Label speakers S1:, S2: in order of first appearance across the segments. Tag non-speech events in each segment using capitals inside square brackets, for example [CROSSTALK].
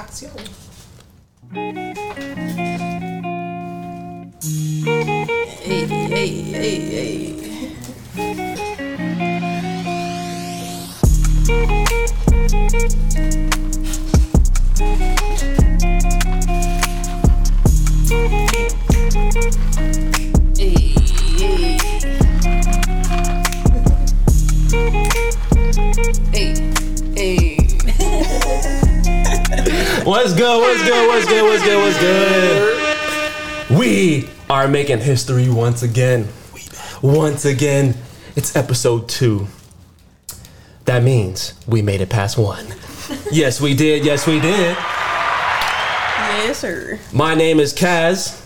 S1: Acción.
S2: Ey, ey, ey, ey. Ey, ey. Ey, ey.
S3: What's good? What's good? What's good? What's good? What's good? We are making history once again. Once again, it's episode two. That means we made it past one. Yes, we did. Yes, we did.
S2: Yes, sir.
S3: My name is Kaz.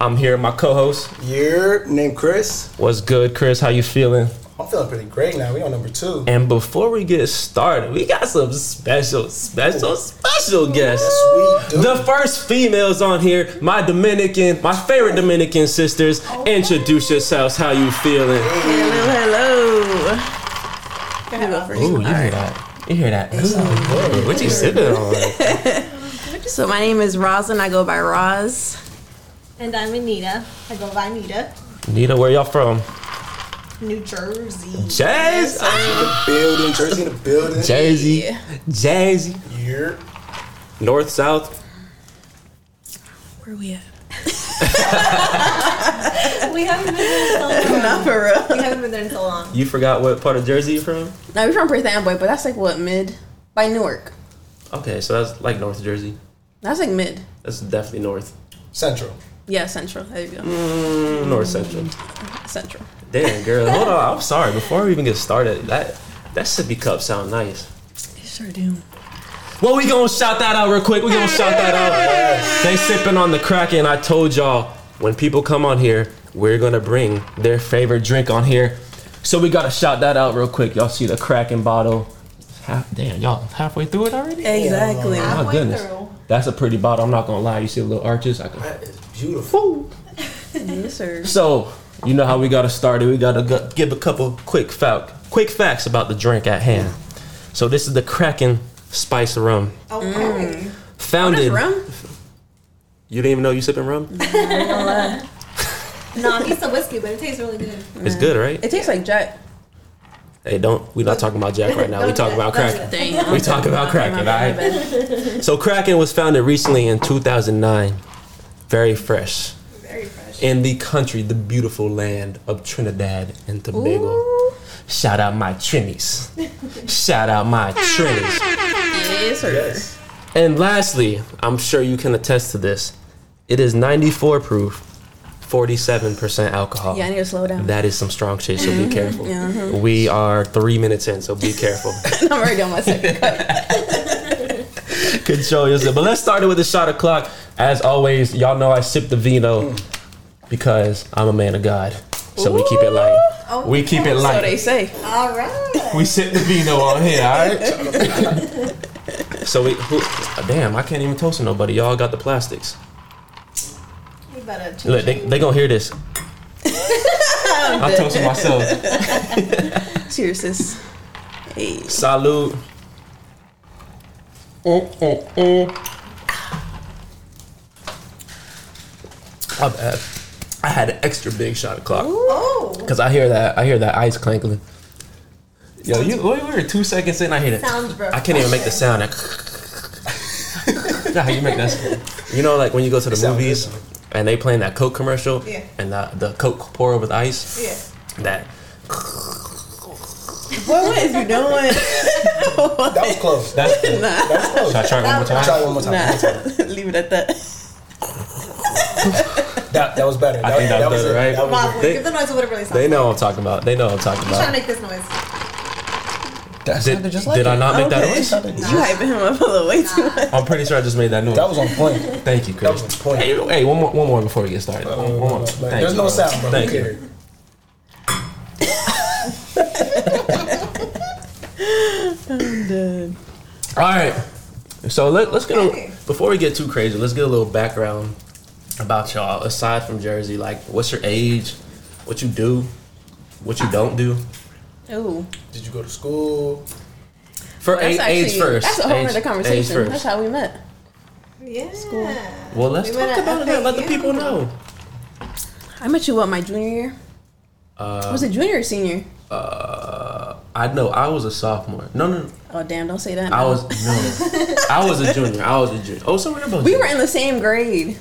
S3: I'm here with my co-host.
S4: Your name Chris.
S3: What's good, Chris? How you feeling?
S4: I'm feeling pretty great now. We on number two.
S3: And before we get started, we got some special, special, special guests.
S4: Yes, we do.
S3: The first females on here, my Dominican, my favorite Dominican sisters, introduce yourselves. How you feeling?
S2: Hello, hello. Can I go first?
S3: Ooh, you hear that? You hear that? What you sipping on?
S2: So my name is Rosin. I go by Roz.
S5: And I'm Anita. I go by Anita.
S3: Nita, where y'all from?
S5: New
S2: [LAUGHS]
S5: Jersey.
S3: Jazz,
S4: building, Jersey in the building.
S3: Jazzy, Jazzy,
S4: Your
S3: North, South.
S2: Where we at?
S5: We haven't been there in so
S2: [LAUGHS]
S5: long.
S2: Not for real.
S5: We haven't been there in so long.
S3: You forgot what part of Jersey you're from?
S2: No, we're from Perth Amboy, but that's like what mid by Newark.
S3: Okay, so that's like North Jersey.
S2: That's like mid.
S3: That's definitely North,
S4: Central.
S2: Yeah, central. There you go.
S3: North Central.
S2: Central.
S3: Damn, girl. Hold on. I'm sorry. Before we even get started, that that sippy cup sound nice.
S2: sure do.
S3: Well, we gonna shout that out real quick. We gonna shout that out. They sipping on the Kraken. I told y'all when people come on here, we're gonna bring their favorite drink on here. So we gotta shout that out real quick. Y'all see the Kraken bottle? Half, damn, y'all halfway through it already?
S2: Exactly.
S3: Oh my
S5: Halfway
S3: goodness,
S5: through.
S3: that's a pretty bottle. I'm not gonna lie. You see the little arches? I can.
S4: That is beautiful.
S2: yes, sir.
S3: So, you know how we got to start it. We got to go- give a couple quick fact, quick facts about the drink at hand. So, this is the Kraken Spice Rum.
S2: Oh,
S5: Okay.
S3: Founded.
S2: Rum?
S3: You didn't even know you sipping rum?
S2: [LAUGHS]
S5: No, it's a whiskey, but it tastes really good.
S3: It's good, right?
S2: It tastes like Jack.
S3: Hey, don't. We're not talking about Jack right now. We
S5: Don't
S3: talking
S5: do that.
S3: about
S5: Don't do
S3: Kraken.
S2: Dang. [LAUGHS]
S3: We talking about Kraken, all right? So, Kraken was founded recently in 2009. Very fresh.
S5: Very fresh.
S3: In the country, the beautiful land of Trinidad and Tobago. Shout out my Trinis. Shout out my Trinis.
S2: Yes, sir.
S4: Yes.
S3: And lastly, I'm sure you can attest to this. It is 94 proof, 47% alcohol.
S2: Yeah, I need to slow down.
S3: that is some strong shit, so be careful. We are three minutes in, so be careful.
S2: [LAUGHS] I'm already on my second cup.
S3: Control yourself. But let's start it with a shot of clock. As always, y'all know I sip the vino because I'm a man of God. So we keep it light. we keep it
S2: Oh, So they
S3: light.
S2: say.
S5: All right.
S3: we sip the vino on here, alright?
S2: [LAUGHS]
S3: so we who, damn, I can't even toast to nobody. Y'all got the plastics.
S5: We better change
S3: Look, they, they gonna hear
S2: [LAUGHS]
S3: this. I toasted myself.
S2: Cheers, sis. Hey.
S3: Salute. Oh, oh, oh. My bad. I had an extra big shot of clock
S5: Oh.
S3: because I hear that I hear that ice clanking. Yo, you we were two seconds in. I hear that.
S5: Sounds rough.
S3: I can't even make the sound. That how you make that? sound. You know, like when you go to the
S4: sound
S3: movies
S4: good,
S3: and they playing that Coke commercial,
S5: Yeah.
S3: and the, the Coke pour over the ice.
S5: Yeah.
S3: That
S2: What is you doing?
S4: That was close. That
S3: that's. Should
S2: nah.
S4: was close.
S3: I try it one more time?
S4: Try it one more time. one more time.
S2: Nah. [LAUGHS] Leave it at that.
S4: That, that was better.
S3: I
S4: that,
S3: think that's
S4: was
S3: better,
S4: it.
S3: right?
S4: That was
S5: Lovely.
S3: They-
S5: Give the noise of whatever it sounds
S3: They
S5: like.
S3: know what I'm talking about. They know what I'm talking
S5: Trying to
S3: about.
S5: make this noise.
S4: it. That
S3: Did,
S4: sounded just
S3: did
S4: like
S3: I
S4: it.
S3: not make that
S2: Okay.
S3: noise?
S4: That sounded
S2: You hyping him up a little way too much.
S3: I'm pretty sure I just made that noise.
S4: That was on point.
S3: Thank you,
S4: That was
S3: Chris.
S4: on point.
S3: Hey, hey, one more, one more before we get started. One- one more.
S4: Like,
S3: Thank
S4: there's
S3: you.
S4: no sound, bro.
S3: Thank
S4: Who
S3: you.
S4: cared?
S3: All right. So let, let's get
S5: Okay.
S3: a, before we get too crazy. Let's get a little background about y'all. Aside from Jersey, like what's your age? What you do? What you don't do?
S2: Ooh.
S4: Did you go to school?
S3: For
S2: That's
S3: a- age
S2: actually-
S3: first.
S2: That's a whole
S3: Age-
S2: other
S3: age
S2: conversation.
S3: first.
S2: That's how we met.
S5: Yeah.
S2: School.
S3: Well, let's
S5: We
S3: talk
S5: went to
S3: about it. now. Let the
S5: FAU.
S3: people know.
S2: I met you what my junior year.
S3: Uh,
S2: was it junior or senior?
S3: uh, I know I was a sophomore. No, no, no.
S2: Oh damn! Don't say that.
S3: I was
S2: [LAUGHS]
S3: no. I was a junior. I was a junior. Oh, so we're about
S2: We
S3: you.
S2: were in the same grade.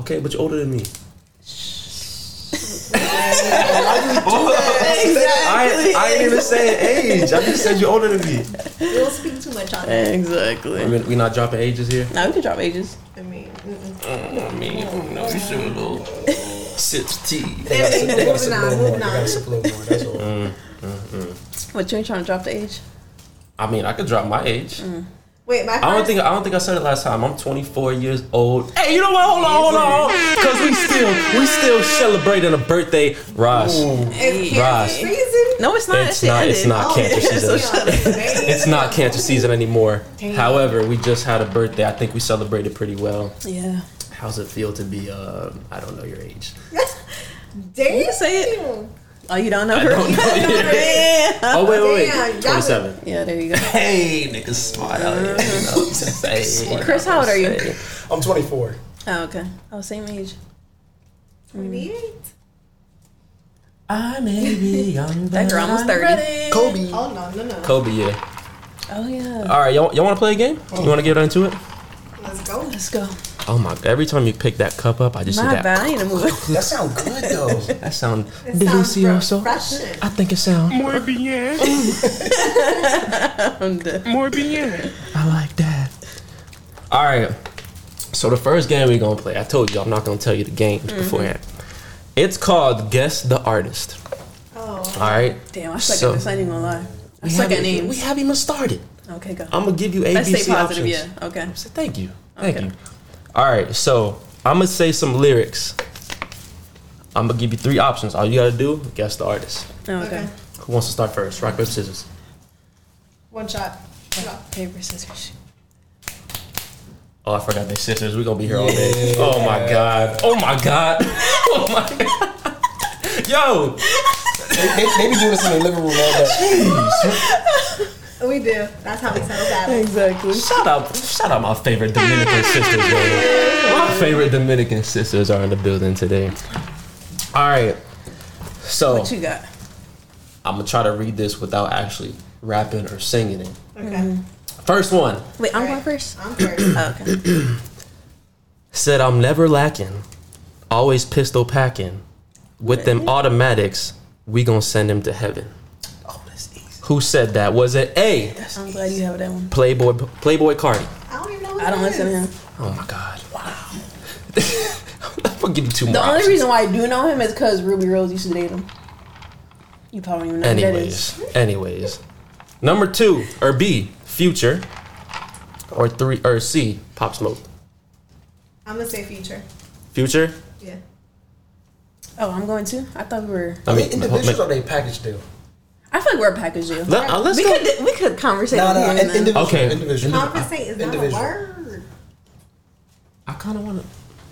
S3: okay, but you're older than me. [LAUGHS] I, I didn't even say age. I just said you're older than me.
S5: We don't speak too much on it.
S3: I
S2: Exactly.
S3: mean, we not dropping ages here.
S2: Now we can drop ages.
S5: I mean, mm-mm.
S3: Mm, I mean, you know, you should a little sips tea.
S4: They gotta sip- they gotta sip a little more. They
S5: Moving on,
S4: gotta sip a little more. That's all.
S3: Mm.
S2: What you ain't trying to drop the age?
S3: I mean, I could drop my age.
S5: wait, my first.
S3: I don't think I don't think I said it last time. I'm 24 years old. Hey, you know what? Hold on, hold on, because we still we still celebrating a birthday, Ross.
S4: Ooh,
S5: It's
S2: Yeah.
S3: Right.
S5: cancer season.
S2: No, it's not.
S3: It's
S2: That shit
S3: not- it's
S2: ended. Oh,
S3: not. cancer season. [LAUGHS] It's not
S5: [LAUGHS]
S3: cancer season anymore.
S5: Damn.
S3: However, we just had a birthday. I think we celebrated pretty well.
S2: Yeah.
S3: How's it feel to be? Uh, I don't know your age.
S5: Damn.
S2: You say it. Oh, you don't know
S3: I
S2: her.
S3: don't know your age.
S2: yeah.
S3: Oh wait, wait,
S5: Damn,
S3: wait.
S5: y'all-
S3: 27.
S2: yeah. There you go.
S3: Hey, niggas, smart out [LAUGHS] here. You know what I'm saying?
S2: Chris, how old are you?
S4: I'm 24.
S2: Oh, okay. Oh, same age.
S5: Twenty-eight.
S3: I may be
S2: [LAUGHS]
S3: young,
S2: That
S3: but
S2: girl almost
S3: I'm
S2: 30.
S3: ready.
S4: Kobe.
S5: Oh no, no, no.
S3: Kobe, yeah.
S2: Oh yeah.
S3: All right, y'all, y'all want to play a game? You want to get into it?
S5: Let's go.
S2: Let's go.
S3: Oh my! Every time you pick that cup up, I just see
S2: My
S3: that.
S2: bad. I need to move. it.
S4: That sound good though.
S3: That sound
S5: It sounds
S3: delicioso.
S5: refreshing.
S3: I think it sound.
S1: Muy bien,
S2: [LAUGHS] I'm done.
S1: muy bien.
S3: I like that. All right. So the first game we're gonna play, I told you I'm not gonna tell you the games
S2: Mm-hmm.
S3: beforehand. It's called Guess the Artist.
S5: Oh,
S3: All right.
S2: Damn, I suck
S3: So-
S2: at this. I ain't even gonna lie. I
S3: We
S2: suck at
S3: haven't- We
S2: names.
S3: haven't even started.
S2: Okay, go.
S3: I'm gonna give you A,
S2: Let's
S3: B,
S2: stay
S3: C
S2: positive.
S3: options.
S2: Yeah. Okay.
S3: So thank you. Thank
S2: Okay.
S3: you. All right. So I'm gonna say some lyrics. I'm gonna give you three options. All you gotta do, guess the artist.
S2: Oh, okay.
S5: Okay.
S3: Who wants to start first? Rock paper scissors.
S5: one shot. No.
S2: Paper scissors.
S3: Oh, I forgot they sisters. We're gonna be here all
S4: Yeah.
S3: day. Oh my god. Oh my god. [LAUGHS] Oh my god. [LAUGHS] Yo,
S4: they, they, they be doing this in the living room all day.
S5: We do. That's how we settle battles.
S2: Exactly.
S3: shout out shout out my favorite Dominican sisters, man. My favorite Dominican sisters are in the building today. Alright. So
S2: What you got?
S3: I'm gonna try to read this without actually rapping or singing it.
S5: Okay.
S3: First one
S2: Wait, I'm
S5: All
S2: going
S5: right.
S2: first.
S5: I'm first.
S2: Oh, okay.
S3: said, I'm never lacking, always pistol packing. With them automatics, we gonna send him to heaven.
S4: Oh, that's easy.
S3: Who said that? Was it A,
S2: I'm glad you have that one.
S3: Playboy Playboy Cardi?
S5: I don't even know. What
S2: I don't
S5: that
S2: listen to
S5: is.
S2: him.
S3: Oh my god! Wow. [LAUGHS] I'm gonna give you two more.
S2: The only
S3: options.
S2: reason why I do know him is because Ruby Rose used to date him. You probably don't even know who that is.
S3: Anyways, anyways, number two or B, Future, or three or C, Pop Smoke.
S5: I'm gonna say future.
S3: Future.
S5: Yeah.
S2: Oh, I'm going to. I thought we were.
S3: I
S4: Are
S3: mean,
S4: they individuals
S3: ma-
S4: or they package deal?
S2: I feel like we're a package deal.
S3: let, uh, let's
S2: we
S3: go.
S2: could we could conversate
S4: No,
S2: over
S4: no,
S2: here
S4: in-
S2: and then-
S4: individual.
S3: Okay.
S4: Individual.
S5: Compensate is not a
S4: Individual.
S5: word.
S3: I kind of want to.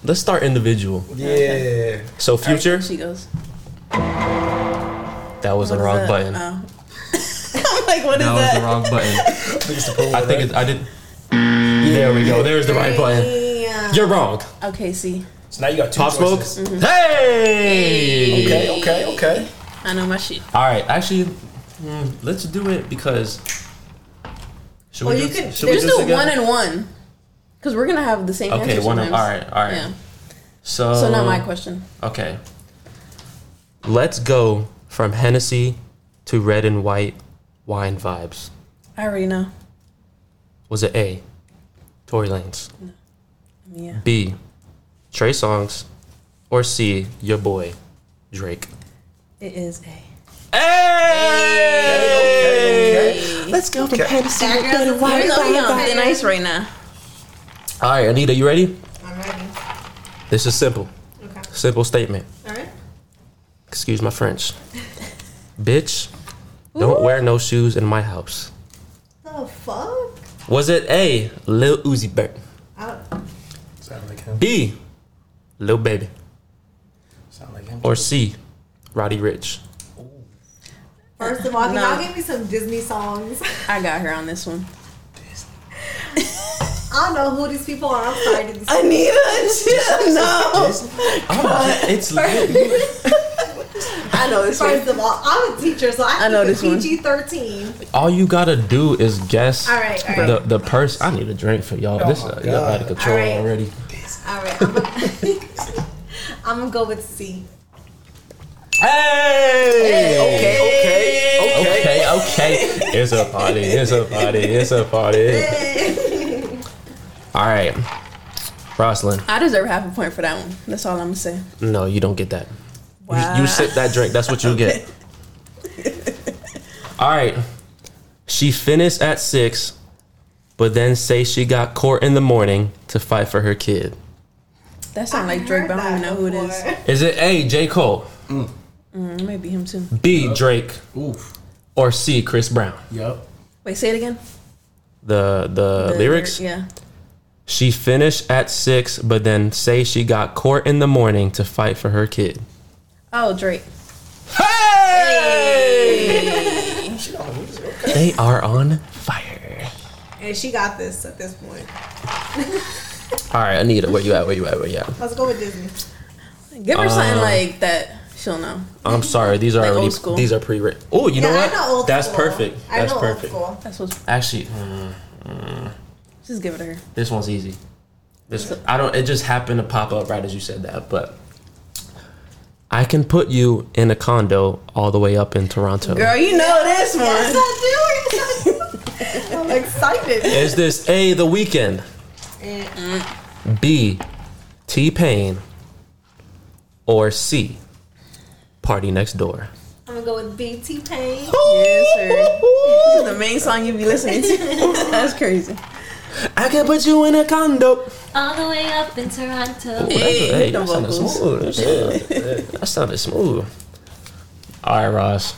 S3: Let's start individual.
S4: Yeah.
S3: So Future,
S2: She goes.
S3: that was the
S2: "What is
S3: wrong
S2: that?"
S3: button.
S2: Oh. [LAUGHS] I'm like, what is
S3: that was the
S2: that? [LAUGHS]
S3: wrong button.
S4: I think it's the pool.
S3: I think it, I did. There we go. There's the right button.
S5: Yeah.
S3: You're wrong.
S2: Okay, see,
S4: So now you got two
S3: Pop Smoke.
S4: choices.
S2: Mm-hmm.
S3: Hey.
S4: Okay, okay, okay.
S2: I know my shit.
S3: All right, actually, mm, let's do it because. Should
S5: Well,
S3: we
S5: you
S3: do,
S5: could-
S3: should we
S2: Just do
S3: together?
S2: one and one, because we're gonna have the same.
S3: Okay,
S2: answer
S3: one. and- All
S2: sometimes.
S3: right, all right. Um,
S2: Yeah.
S3: So.
S2: So not my question.
S3: Okay. Let's go from Hennessy to red and white wine vibes.
S2: I already know.
S3: Was it A, Tory Lanez,
S2: Yeah.
S3: B, Trey Songz, or C, your boy, Drake?
S2: It is a.
S3: Hey! Let's go from Hennessy
S5: That girl's
S3: to
S5: Why
S2: Even
S5: is
S2: though he
S5: that
S2: on
S5: bad?
S2: thin ice right now.
S3: All right, Anita, you ready?
S5: I'm ready.
S3: This is simple.
S5: Okay.
S3: Simple statement.
S5: All right.
S3: Excuse
S2: [LAUGHS]
S3: my French. Bitch, don't wear no shoes in my house.
S5: The fuck?
S3: Was it A, Lil Uzi Vert,
S5: I,
S4: Sound like him.
S3: B, Lil Baby,
S4: Sound like him.
S3: or C, Roddy [LAUGHS] Rich?
S5: first of all, can
S2: No.
S5: y'all give me some Disney songs?
S2: I got her on this one.
S5: [LAUGHS] I know who these people are. I'm sorry to
S2: [LAUGHS]
S5: these
S2: Anita, no.
S3: Oh, it's lit.
S2: [LAUGHS] I know this one.
S5: First of all, I'm a teacher, so I,
S2: I know
S5: keep
S2: this one.
S5: it PG-13.
S3: All you gotta do is guess
S5: All right, all right.
S3: the the person. I need a drink for y'all. this
S4: my
S3: uh, y'all out of control
S5: All right.
S3: already.
S5: All right, I'm gonna, [LAUGHS] I'm gonna go with C.
S3: Hey.
S4: Okay,
S3: Okay, okay. It's a party. It's a party. It's a party.
S5: [LAUGHS]
S3: All right, Roslyn.
S2: I deserve half a point for that one. That's all I'm gonna say.
S3: No, you don't get that. You- You, sip that drink. That's what you get. All right. She finished at six, but then say she got court in the morning to fight for her kid.
S2: That sounds like Drake, but I don't even know who it is.
S3: Is it A. J. Cole,
S2: Mm, maybe him too.
S3: B. Drake,
S4: Oof.
S3: or C. Chris Brown?
S4: Yup.
S2: Wait, say it again.
S3: The the,
S2: The
S3: lyrics.
S2: lyric- Yeah.
S3: She finished at six, but then say she got court in the morning to fight for her kid.
S2: Oh, Drake.
S3: Hey! they are on fire.
S5: [LAUGHS] And she got this at this point.
S3: All right, Anita, where you at? Where you at? Where you at?
S5: Let's go with Disney.
S2: Give her something
S3: Uh,
S2: like that. She'll know.
S5: [LAUGHS]
S3: I'm sorry, these are
S2: Like
S3: already
S2: old school.
S3: these are pre-written. Oh, you know
S5: yeah,
S3: what?
S5: I know old
S3: That's
S5: school.
S3: perfect.
S5: I
S3: That's
S5: know
S3: perfect.
S5: Old school.
S2: That's what's.
S3: Actually, mm,
S2: Just give it to her.
S3: this one's easy. This I don't. It just happened to pop up right as you said that, but. I can put you in a condo all the way up in Toronto.
S2: Girl, you know this one.
S5: Yes, I do. Yes,
S2: [LAUGHS]
S5: I do. I'm excited.
S3: Is this A, The Weekend,
S5: And mm.
S3: B, T Pain, or C, Party Next Door?
S5: I'm gonna go with BT Pain.
S2: Yes,
S3: [LAUGHS]
S2: sir. This is the main song you be listening [LAUGHS] to. That's crazy.
S3: I can put you in a condo.
S1: all the way up in Toronto.
S3: Ooh, that's-
S2: Hey,
S3: hey,
S2: the
S3: that sounded
S2: vocals.
S3: smooth. That sounded smooth. All right, Ross,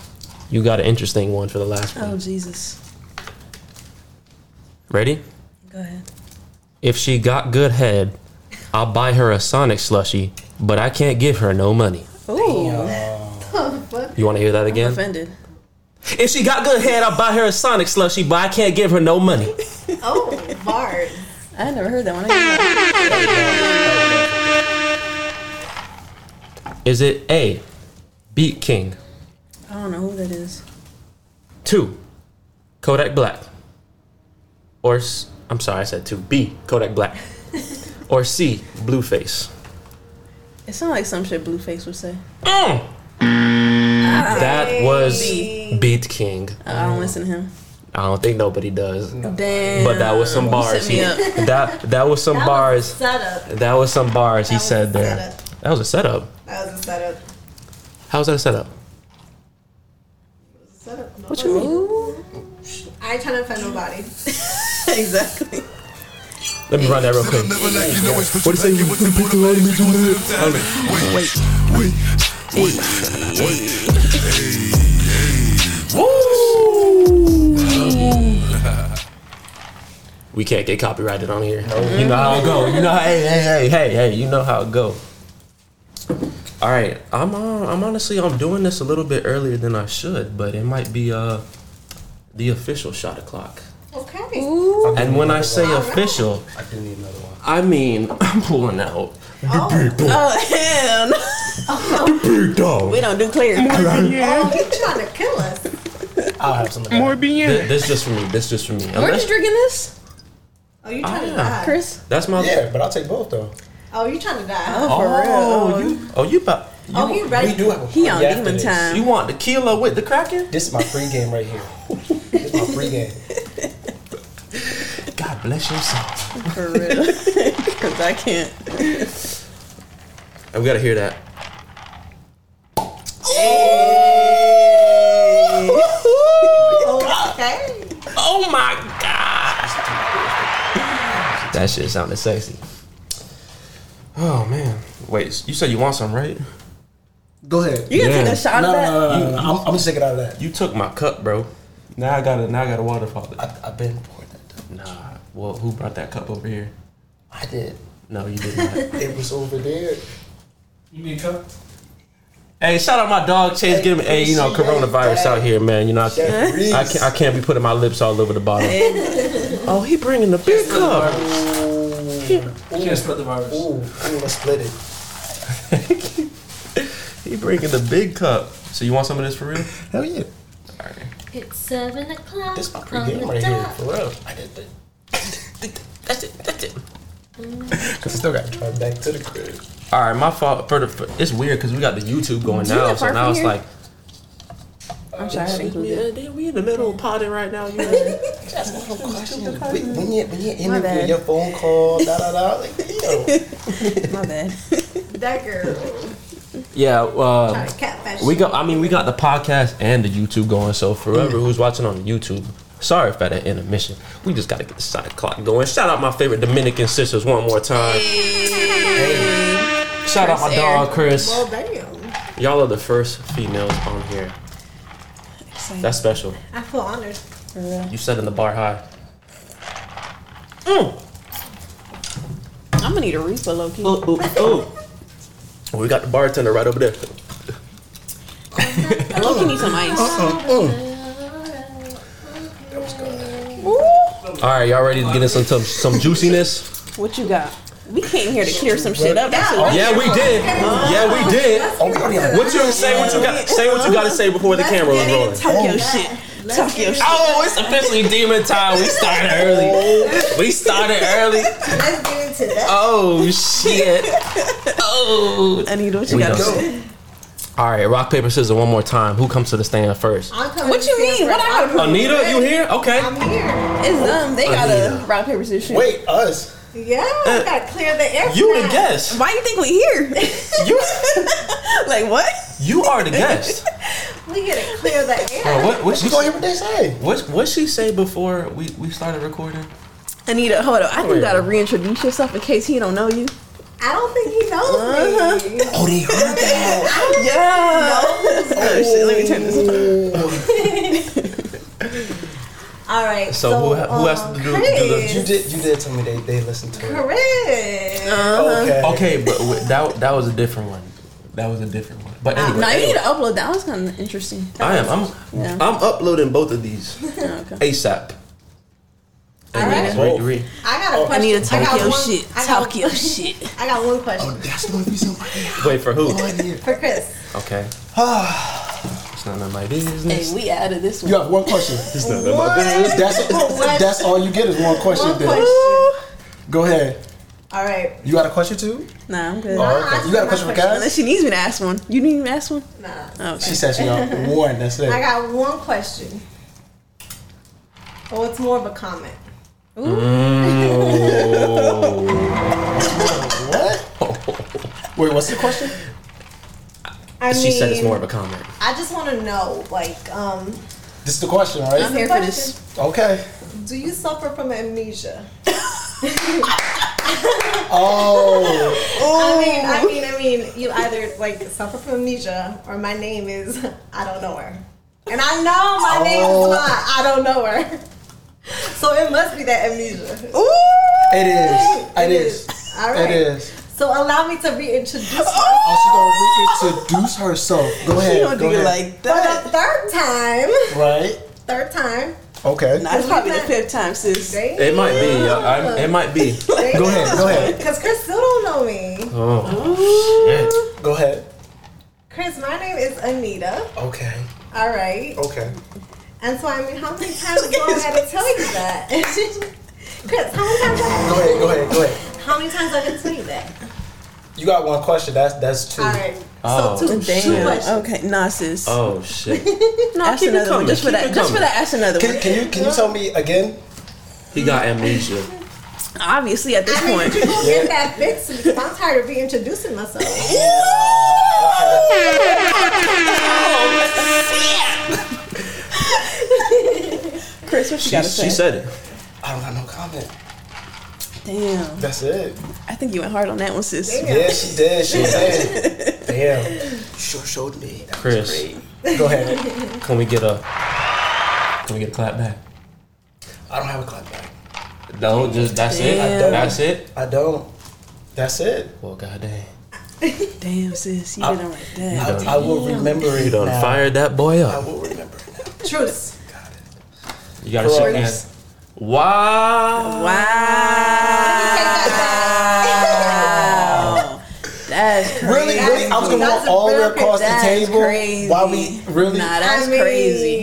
S3: you got an interesting one for the last one.
S2: Oh, Jesus.
S3: Ready?
S2: Go ahead.
S3: If she got good head, I'll buy her a Sonic slushie, but I can't give her no money.
S2: Ooh, Oh.
S5: [LAUGHS]
S3: You want to hear that
S2: I'm
S3: again?
S2: offended.
S3: If she got good head, I'll buy her a Sonic slushie, but I can't give her no money.
S5: Oh, Bart.
S2: I never heard that one. I didn't know.
S3: Is it A, Beat King,
S2: I don't know who that is.
S3: two, Kodak Black, or s- I'm sorry, I said two, B, Kodak
S5: [LAUGHS]
S3: Black, or C, Blueface?
S2: It sounds like some shit Blueface would say.
S3: Mm. That was
S2: B.
S3: Beat King.
S2: I don't listen to him.
S3: I don't think nobody does.
S2: Damn.
S3: But that was some bars.
S2: set me
S3: He,
S2: up.
S3: [LAUGHS] that that was some
S5: That was a
S3: bars.
S5: setup.
S3: That was some bars he
S5: That was
S3: said
S5: a
S3: there.
S5: setup.
S3: That was a setup.
S5: That was a setup.
S3: How was that a setup?
S5: setup. No,
S2: What you mean?
S5: I ain't trying to offend nobody.
S2: exactly.
S3: Let me run that real quick.
S6: Never like you know it's what you say you the people let me do this. Wait, wait, wait, wait, wait.
S3: We can't get copyrighted on here. Oh, You know how it go. You know how, hey hey hey hey hey. You know how it go. All right, I'm uh, I'm honestly I'm doing this a little bit earlier than I should, but it might be uh the official shot o'clock.
S5: Okay.
S3: And when I say
S5: Alright.
S3: official,
S4: I do need another one.
S3: I mean [LAUGHS] I'm pulling out.
S2: Oh hell! no.
S6: Big dog.
S2: We don't do clear.
S5: Oh, he's trying to kill us.
S4: I'll have some of that. More beer.
S3: Th- this just for me. This just for me.
S2: We're just
S3: Unless,
S2: drinking this,
S5: Oh, you trying to
S3: Ah.
S5: die.
S2: Chris.
S3: that's my.
S4: Yeah, but I'll take both though.
S5: Oh, you trying to die.
S2: Oh, for
S3: Oh,
S2: real.
S3: you. Oh, you about. You,
S5: Oh, you
S4: We
S5: ready?
S4: do have a
S2: He on
S4: party after
S2: demon
S4: this.
S2: time.
S3: you want tequila with the Kraken?
S4: This is my free game right here. This is my [LAUGHS] free game.
S3: God bless your soul.
S2: [LAUGHS] For real.
S3: [LAUGHS]
S2: Because I can't.
S3: And we gotta hear that.
S5: Okay.
S3: Oh my gosh. That shit sounded sexy. Oh man. Wait, you said you want some, right?
S4: Go ahead.
S2: You gonna
S3: Yeah.
S2: take a shot
S4: No, no,
S2: of that?
S4: no, no, no, no. I'm, I'm gonna take it out of that.
S3: You took my cup, bro. Now I gotta now I gotta waterfall it.
S4: I, I've been poured that. Down.
S3: Nah. Well, who brought that cup over here?
S4: I did.
S3: No, you did not. [LAUGHS]
S4: It was over there. You mean cup?
S3: hey, shout out my dog Chase. Give him, hey, you [LAUGHS] know, coronavirus out here, man. You know, I can't, I can't, I can't be putting my lips all over the bottle. Oh, he bringing the big cup.
S7: Can't split the virus.
S4: Ooh, ooh, let's split it.
S3: He bringing the big cup. So you want some of this for real?
S4: Hell yeah.
S1: It's seven o'clock.
S4: This my
S1: on the
S4: pregame right here,
S1: dot.
S4: for real. I did that. That's it,
S3: [LAUGHS]
S4: that's it. Cause I still gotta drive back to the crib.
S3: All right, my fault. For the for, it's weird because we got the YouTube going
S2: you
S3: now,
S2: live
S3: so
S2: far
S3: now
S2: from
S3: it's
S2: here?
S3: like
S2: I'm sorry. I didn't include it.
S3: yeah, they- we in the middle of potting right now. You know?
S4: That's one question. When when you when you
S2: My
S4: interview
S2: bad.
S4: your phone call, da da da, like yo,
S2: My bad. [LAUGHS]
S5: That girl.
S3: yeah, uh,
S5: Trying to catfish.
S3: we got. I mean, we got the podcast and the YouTube going. So forever, who's watching on YouTube? Sorry for that intermission. We just gotta get the side clock going. Shout out my favorite Dominican sisters one more time. Shout out my dog Chris.
S5: Well, damn.
S3: Y'all are the first females on here.
S2: Excited.
S3: That's special.
S5: I feel honored.
S2: For real.
S3: You setting the bar high.
S2: I'm gonna need a refill, low key.
S3: Ooh, ooh. Oh, We got the bartender right over there.
S2: Low key need some ice. uh-uh.
S3: All right, y'all ready to get in some some, some juiciness?
S2: What you got? We came here to clear some shit up. That's what
S3: Yeah, we did. Yeah, Oh, we did. What you say? What you got? Say what you got to say before the camera was rolling.
S2: talk your shit. Talk your shit.
S3: Oh, it's officially demon time. We started early. We started early.
S5: Let's get into that.
S3: Oh shit. Oh.
S2: I need what you
S3: We
S2: got to
S3: done.
S2: say.
S3: All right, rock paper scissors one more time. Who comes to the stand first?
S5: I'm coming
S2: What
S5: to
S2: you
S5: stand
S2: mean?
S5: for
S2: What I gotta prove?
S3: Anita, you here? Okay.
S5: I'm here.
S2: It's them. They got a rock paper scissors shoot.
S4: wait us.
S5: Yeah, I gotta clear the air.
S3: Uh, You
S5: for
S3: the
S5: that.
S3: guest.
S2: Why you think we here?
S3: You
S2: [LAUGHS] like what?
S3: you are the guest.
S5: We gotta clear the air.
S3: Bro, what what she
S4: You gonna hear what they say?
S3: what what she say before we we started recording?
S2: Anita, hold up. I think you gotta reintroduce yourself in case he don't know you.
S5: I don't think he knows me.
S4: Oh, they heard [LAUGHS]
S3: Uh-huh.
S4: that.
S2: Yeah. Oh, shit, let me turn this on.
S5: All right.
S3: So,
S5: So,
S3: who ha- who has
S5: um,
S3: to do- do the-
S5: Chris.
S4: You did you did tell me they they listened to it.
S5: um, Chris.
S2: Uh-huh.
S4: Okay.
S3: Okay, but w- that that was a different one. That was a different one. But anyway,
S2: Ah, Now you need
S3: anyway,
S2: to upload. That was kind of interesting.
S3: I am. I'm
S2: Yeah.
S3: I'm uploading both of these
S2: Okay. [LAUGHS]
S3: ASAP.
S5: Alright.
S3: Read, read.
S5: I got a question.
S2: Oh, Anita, talk
S5: I got
S2: your
S5: one-
S2: shit.
S5: I got,
S2: Talk your shit.
S5: I got one question
S4: That's gonna be somebody.
S3: Wait for who?
S5: for Chris.
S3: [SIGHS] Okay. it's none of my business.
S2: Hey, we added this
S4: You
S2: one.
S4: have one question.
S3: It's none of my business.
S4: That's that's all you get is one question.
S5: One
S4: then.
S5: question.
S4: Go ahead.
S5: All right.
S4: You got a question too?
S2: Nah, I'm good.
S4: Oh, okay. You got a question for Kaz?
S2: Unless she needs me to ask one. You need me to ask one?
S5: Nah.
S2: Oh, okay.
S4: She said she got one. That's it.
S5: I got one question. Well, it's more of a comment.
S4: what? Wait, what's the question?
S5: I
S3: She
S5: mean,
S3: said it's more of a comment.
S5: I just want to know, like, um,
S4: This is the question,
S2: I'm
S4: right?
S2: here for this.
S4: Okay.
S5: do you suffer from amnesia?
S4: Oh,
S5: I mean, I mean, I mean, you either like suffer from amnesia or my name is I don't know her, and I know my name
S4: Oh.
S5: is not I don't know her, so it must be that amnesia. Ooh,
S4: it is. It is.
S5: All right.
S4: It is.
S5: So allow me to reintroduce myself
S4: Oh, she gonna reintroduce herself. Go ahead.
S2: She don't
S4: go
S2: do it
S4: ahead.
S2: like
S5: for
S2: that.
S5: the third time.
S4: Right.
S5: Third time.
S4: Okay.
S2: Nah, it's probably the fifth time, sis.
S5: Great.
S3: It might be. uh, I'm- it might be.
S4: Go ahead. Go ahead.
S5: Because Chris still don't know me.
S3: [LAUGHS] Oh shit.
S4: Go ahead.
S5: Chris, my name is Anita.
S4: Okay.
S5: All right.
S4: Okay.
S5: And so, I mean, how many times do I got to tell you that? Chris, how many times do I
S4: Go
S5: gotta
S4: ahead. Go ahead. Go ahead.
S5: How many times I can tell you that?
S4: You got one question. That's that's two.
S5: All right.
S3: Oh,
S5: so two, two questions.
S2: Damn. Okay, nah, sis.
S3: Oh shit.
S2: no,
S3: keep it coming,
S2: Just for
S3: keep
S2: that.
S3: it
S2: Just for
S3: coming.
S2: that, ask another
S4: Can,
S2: one.
S4: can you can you tell me again?
S3: He got amnesia.
S2: Obviously, at this
S5: I mean,
S2: point.
S5: you go get that fixed because I'm tired of reintroducing myself.
S2: Chris, what you
S3: She,
S2: [LAUGHS] gotta say?
S3: she said it.
S4: I don't got no comment.
S2: Damn.
S4: That's it.
S2: I think you went hard on that one, sis.
S5: Damn.
S4: Yeah, she did. She did.
S2: [LAUGHS]
S4: Damn. Sure showed me.
S3: Chris,
S4: Go ahead.
S3: can we get a can we get a clap back?
S4: I don't have a clap back.
S3: No, just that's
S2: Damn.
S3: it. That's it.
S4: I don't. That's it.
S3: Well, goddamn.
S2: Damn, sis. You did it like that.
S4: I, I will remember it.
S3: You done
S4: now.
S3: fired that boy
S4: I
S3: up.
S4: will remember it now.
S5: Truce.
S4: Got it.
S3: You gotta shake
S4: Correct.
S3: hands. Wow.
S2: Wow. That's crazy.
S4: Really, really, I was gonna
S5: That's
S4: go
S5: a
S4: all the way
S5: real
S4: across the
S5: good-
S2: that's
S4: table
S2: crazy.
S4: while we really.
S2: Nah, that's
S5: I mean, [LAUGHS]
S2: crazy.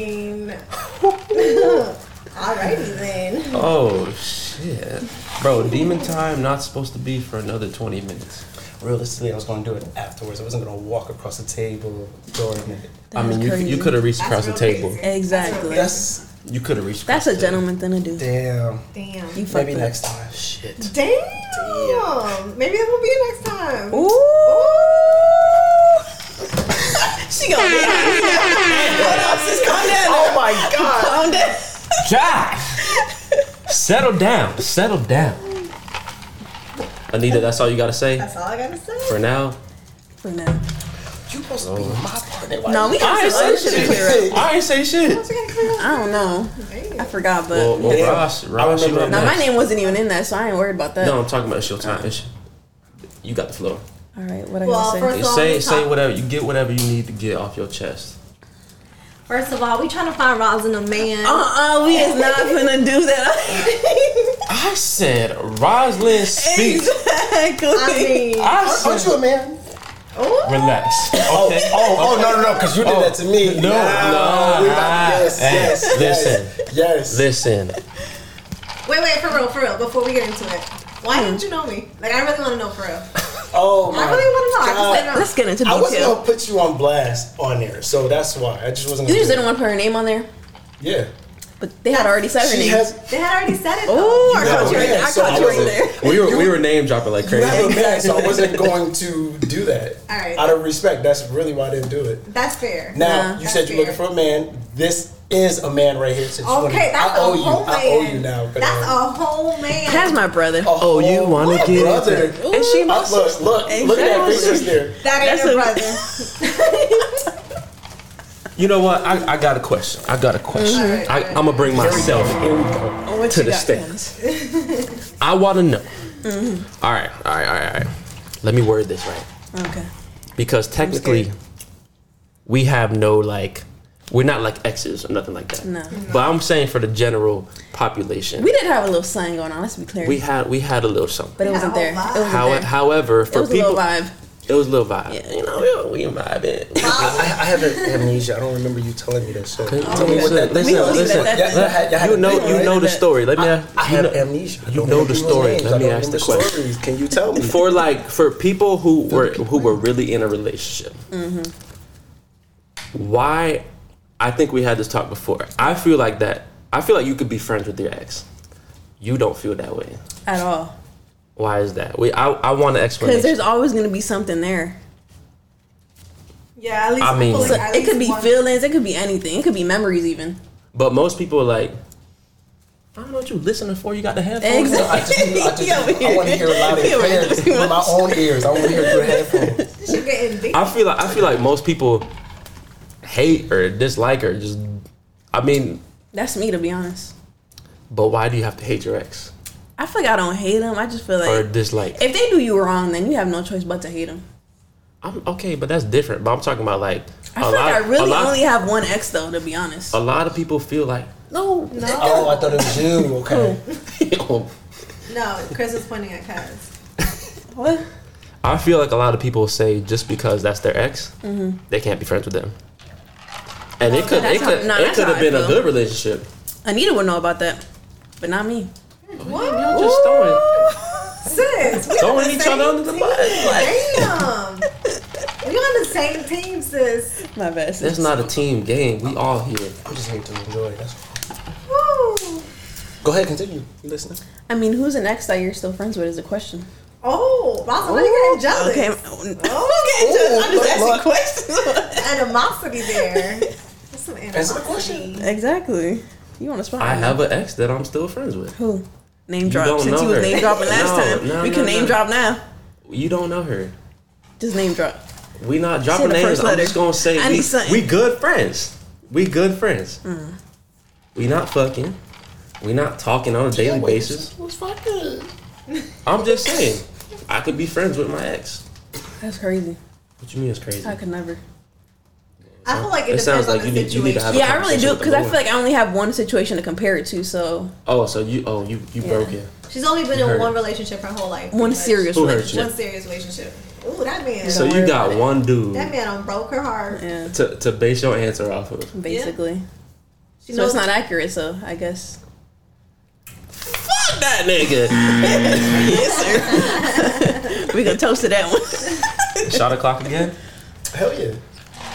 S5: Alrighty then.
S3: Oh shit, bro. Demon time not supposed to be for another twenty minutes.
S4: Realistically, I was gonna do it afterwards. I wasn't gonna walk across the table during it.
S3: I mean, you, you
S2: crazy.
S3: could have reached
S5: That's
S3: across the
S5: real
S3: table.
S5: crazy.
S2: Exactly. That's,
S4: That's
S3: You could have reached. across
S2: a
S3: the table.
S2: gentleman thing to do.
S4: damn.
S5: Damn.
S2: You fucked
S4: Maybe
S2: up.
S4: next time. Shit.
S5: Damn. Maybe that will be it next time.
S2: Ooh. she gonna be
S4: Oh my god.
S2: calm down.
S3: Josh, settle down. Settle down. Anita, that's all you gotta say
S5: That's all I gotta say.
S3: for now.
S2: For now.
S4: You supposed
S3: Oh.
S4: to be my partner.
S2: No, we
S3: I
S2: got
S3: ain't
S2: some other shit
S3: say
S2: to clear
S3: shit.
S2: up.
S3: I ain't say shit.
S5: What you gotta clear up?
S2: I don't know. I forgot, but
S3: Well, well
S4: Damn.
S3: Ross, Ross, you
S4: remember
S3: up
S4: that.
S2: now my
S3: next.
S2: name wasn't even in that, so I ain't worried about that.
S3: No, I'm talking about it's your time. It's, you got the floor.
S2: All right, what I
S5: Well,
S2: gotta say?
S5: first-
S3: You
S5: So
S3: say
S5: we
S3: say
S5: talk-
S3: whatever. You get whatever you need to get off your chest.
S5: First of all, we trying to find Rosin a man.
S2: Uh-uh, we is not gonna do that. [LAUGHS]
S3: I said Roslyn speaks.
S2: exactly.
S5: [LAUGHS] I [LAUGHS] mean,
S3: I
S4: Aren't
S3: said,
S4: you a man?
S5: ooh,
S3: relax. Okay.
S4: Oh, oh, oh, no, no, no, because you did that to me.
S3: No, no.
S4: we about- yes,
S3: Hey,
S4: yes,
S3: listen.
S4: yes, yes.
S3: Listen,
S5: wait, wait, for real, for real. Before we get into it, why didn't you know me? Like, I really want to know for real.
S4: Oh my
S5: I really want to know. I just didn't know.
S2: Let's get into
S4: I wasn't
S2: detail.
S4: gonna put you on blast on there, so that's why I just wasn't.
S2: You
S4: gonna
S2: just
S4: do
S2: didn't
S4: it.
S2: want to put her name on there,
S4: Yeah.
S2: but they had already said her
S4: She
S2: name.
S4: has.
S5: They had already said it.
S2: oh,
S5: Though.
S2: I caught
S4: You
S2: you.
S4: have a
S2: right-
S4: man,
S2: I
S4: so I
S2: caught you right
S4: wasn't-
S2: there.
S3: we were we were name dropping like
S4: You
S3: crazy.
S4: have a man, so I wasn't going to do that.
S5: All right.
S4: Out of respect, that's really why I didn't do it.
S5: That's fair.
S4: Now
S2: Nah.
S4: you said
S5: That's
S4: you're looking
S5: fair.
S4: for a man. This is a man right here. So just wanna-
S5: Okay, that's
S4: I owe
S5: a
S4: you.
S5: whole man.
S4: I owe you now. but,
S5: That's
S4: uh,
S5: a whole man.
S2: That's my brother.
S4: a
S3: Oh, you
S4: whole
S3: wanna get into
S4: brother.
S3: it.
S4: And she look, look, look at that
S2: Exactly.
S4: pictures there.
S5: that ain't
S2: that's
S5: your
S2: a-
S5: brother.
S3: You know what? I, I got a question. I got a question.
S5: Mhm.
S2: Mm-hmm.
S3: I, I'm gonna bring myself
S4: Here we go.
S2: Oh, what
S3: to
S2: you
S3: the
S2: got for
S3: States. I want to know.
S2: Mm-hmm.
S3: All right, all right, all right, all right. Let me word this right.
S2: us? Okay.
S3: Because technically,
S2: scared.
S3: we have no, like, we're not like exes or nothing like that.
S2: No.
S3: But I'm saying for the general population,
S2: We
S3: we,
S2: did have a little sign going on. Let's be clear.
S3: had we had a little something.
S2: but it wasn't there. It wasn't
S3: How,
S2: there.
S3: however,
S2: it
S3: for
S2: was a
S3: people,
S2: little vibe.
S3: it was a little vibe.
S2: Yeah.
S3: You know, we, we vibing.
S4: I, I I have amnesia. I don't remember you telling me that shit. Tell me what
S3: listen,
S4: that.
S3: listen,
S4: Listen,
S2: listen.
S4: listen.
S2: That-
S4: Y'all- y'all had- y'all had
S3: You
S4: a
S3: know,
S4: thing,
S3: you
S4: right?
S3: know the
S2: That-
S3: story. Let me. ask-
S4: I
S3: you
S4: have
S3: know-
S4: amnesia. I
S3: you
S4: don't
S3: know
S4: remember
S3: the
S4: people's
S3: story.
S4: names.
S3: Let
S4: I
S3: me
S4: don't
S3: ask the
S4: remember
S3: question.
S4: stories. Can you tell me?
S3: for like for people who were who were really in a relationship
S4: Mm-hmm.
S3: why i think we had this talk before i feel like that i feel like you could be friends with your ex you don't feel that way
S2: At all.
S3: why is that we i, I want
S2: Because
S3: an explanation
S2: there's always going to be something there.
S5: [LAUGHS] Yeah, at least
S3: I mean-
S5: feel like
S2: So
S5: at
S2: it could be
S5: least one-
S2: feelings. It could be anything. It could be memories, even.
S3: but most people are like i don't know what you listening for you got the headphones
S2: Exactly.
S4: I
S2: [LAUGHS]
S4: just, I, just,
S2: He over
S4: I want to
S2: here.
S4: hear a lot of
S2: He over here
S4: prayers
S2: doing
S4: with my own ears. I want to hear through
S2: [LAUGHS]
S4: headphones.
S5: This shit getting deep.
S3: [LAUGHS] i feel like i feel like most people hate or dislike or just i mean
S2: That's me, to be honest.
S3: but why do you have to hate your ex
S2: I feel like I don't hate them. I just feel
S3: or
S2: like
S3: dislike
S2: if they do you wrong, then you have no choice but to hate them.
S3: I'm okay, but that's different. But I'm talking about like
S2: I feel like I
S3: a
S2: really
S3: lot,
S2: only have one ex, though, to be honest.
S3: a lot of people feel like [LAUGHS] no,
S4: Oh, I thought it was you. Okay.
S3: no.
S5: No, Chris is pointing at Kaz.
S2: What?
S3: [LAUGHS] I feel like a lot of people say just because that's their ex, they can't be friends with them. And it could,
S2: Mm-hmm. that's
S3: it could,
S2: how- no,
S3: it
S2: that's
S3: could
S2: how
S3: have
S2: I
S3: been a
S2: feel.
S3: good relationship.
S2: Anita would know about that, but not me.
S3: I'm just throwing,
S5: Sis, we on
S3: throwing
S5: the
S3: each
S5: same
S3: other under the
S2: [LAUGHS]
S5: team.
S3: bus. Like
S5: Damn. we on the same team, sis.
S2: My best.
S3: it's not a team game. We all here.
S4: I'm just here to enjoy. That's all.
S5: Woo.
S4: Go ahead, continue. Listen.
S2: I mean, who's an ex that you're still friends with is a question.
S5: Oh, Rosin, why you getting jealous?
S2: Okay. [LAUGHS]
S4: Ooh,
S2: I'm just asking
S4: look, look.
S2: questions. [LAUGHS]
S5: Animosity there. That's some
S4: Answer the
S5: animosity.
S4: question.
S2: exactly. You want to spot?
S3: I
S2: me.
S3: have an ex that I'm still friends with.
S2: who name
S3: don't
S2: drop since
S3: know
S2: you was
S3: her.
S2: name dropping last
S3: No,
S2: time.
S3: no,
S2: we
S3: no,
S2: can
S3: no.
S2: name drop now.
S3: You don't know her.
S2: Just name drop.
S3: We not
S2: Say
S3: dropping
S2: the
S3: names.
S2: first
S3: I'm
S2: letter.
S3: just gonna say
S2: I need
S3: we,
S2: something. Mm.
S3: we good friends. We good friends. We not fucking. We not talking on a daily basis. I'm just saying, I could be friends with my ex.
S2: That's crazy.
S3: What you mean is crazy?
S2: I could never.
S5: I I feel like it,
S3: It
S5: depends
S3: sounds
S5: on
S3: like
S5: the
S3: you need- you
S5: situation.
S3: need to have-
S2: Yeah, I really do
S3: Conversation
S2: because I
S3: with
S2: feel
S3: the
S2: like I only have one situation to compare it to. So
S3: Oh, so you oh you you broke it.
S5: She's only been
S3: You heard
S5: in one
S3: it.
S5: relationship her whole
S2: one
S5: life. pretty much.
S2: serious
S3: Who hurt
S2: relationship.
S5: One serious relationship. Ooh, that man.
S3: So
S2: Don't
S3: you
S2: worry
S3: got one dude
S5: that man done broke her heart.
S2: Yeah,
S3: to to base your answer off of.
S2: basically.
S5: She
S2: So it's
S5: knows
S2: not accurate. So I guess.
S3: Fuck that
S2: [LAUGHS]
S3: nigga.
S2: We gonna toast to that one.
S3: [LAUGHS] Shot o'clock again.
S4: Hell yeah.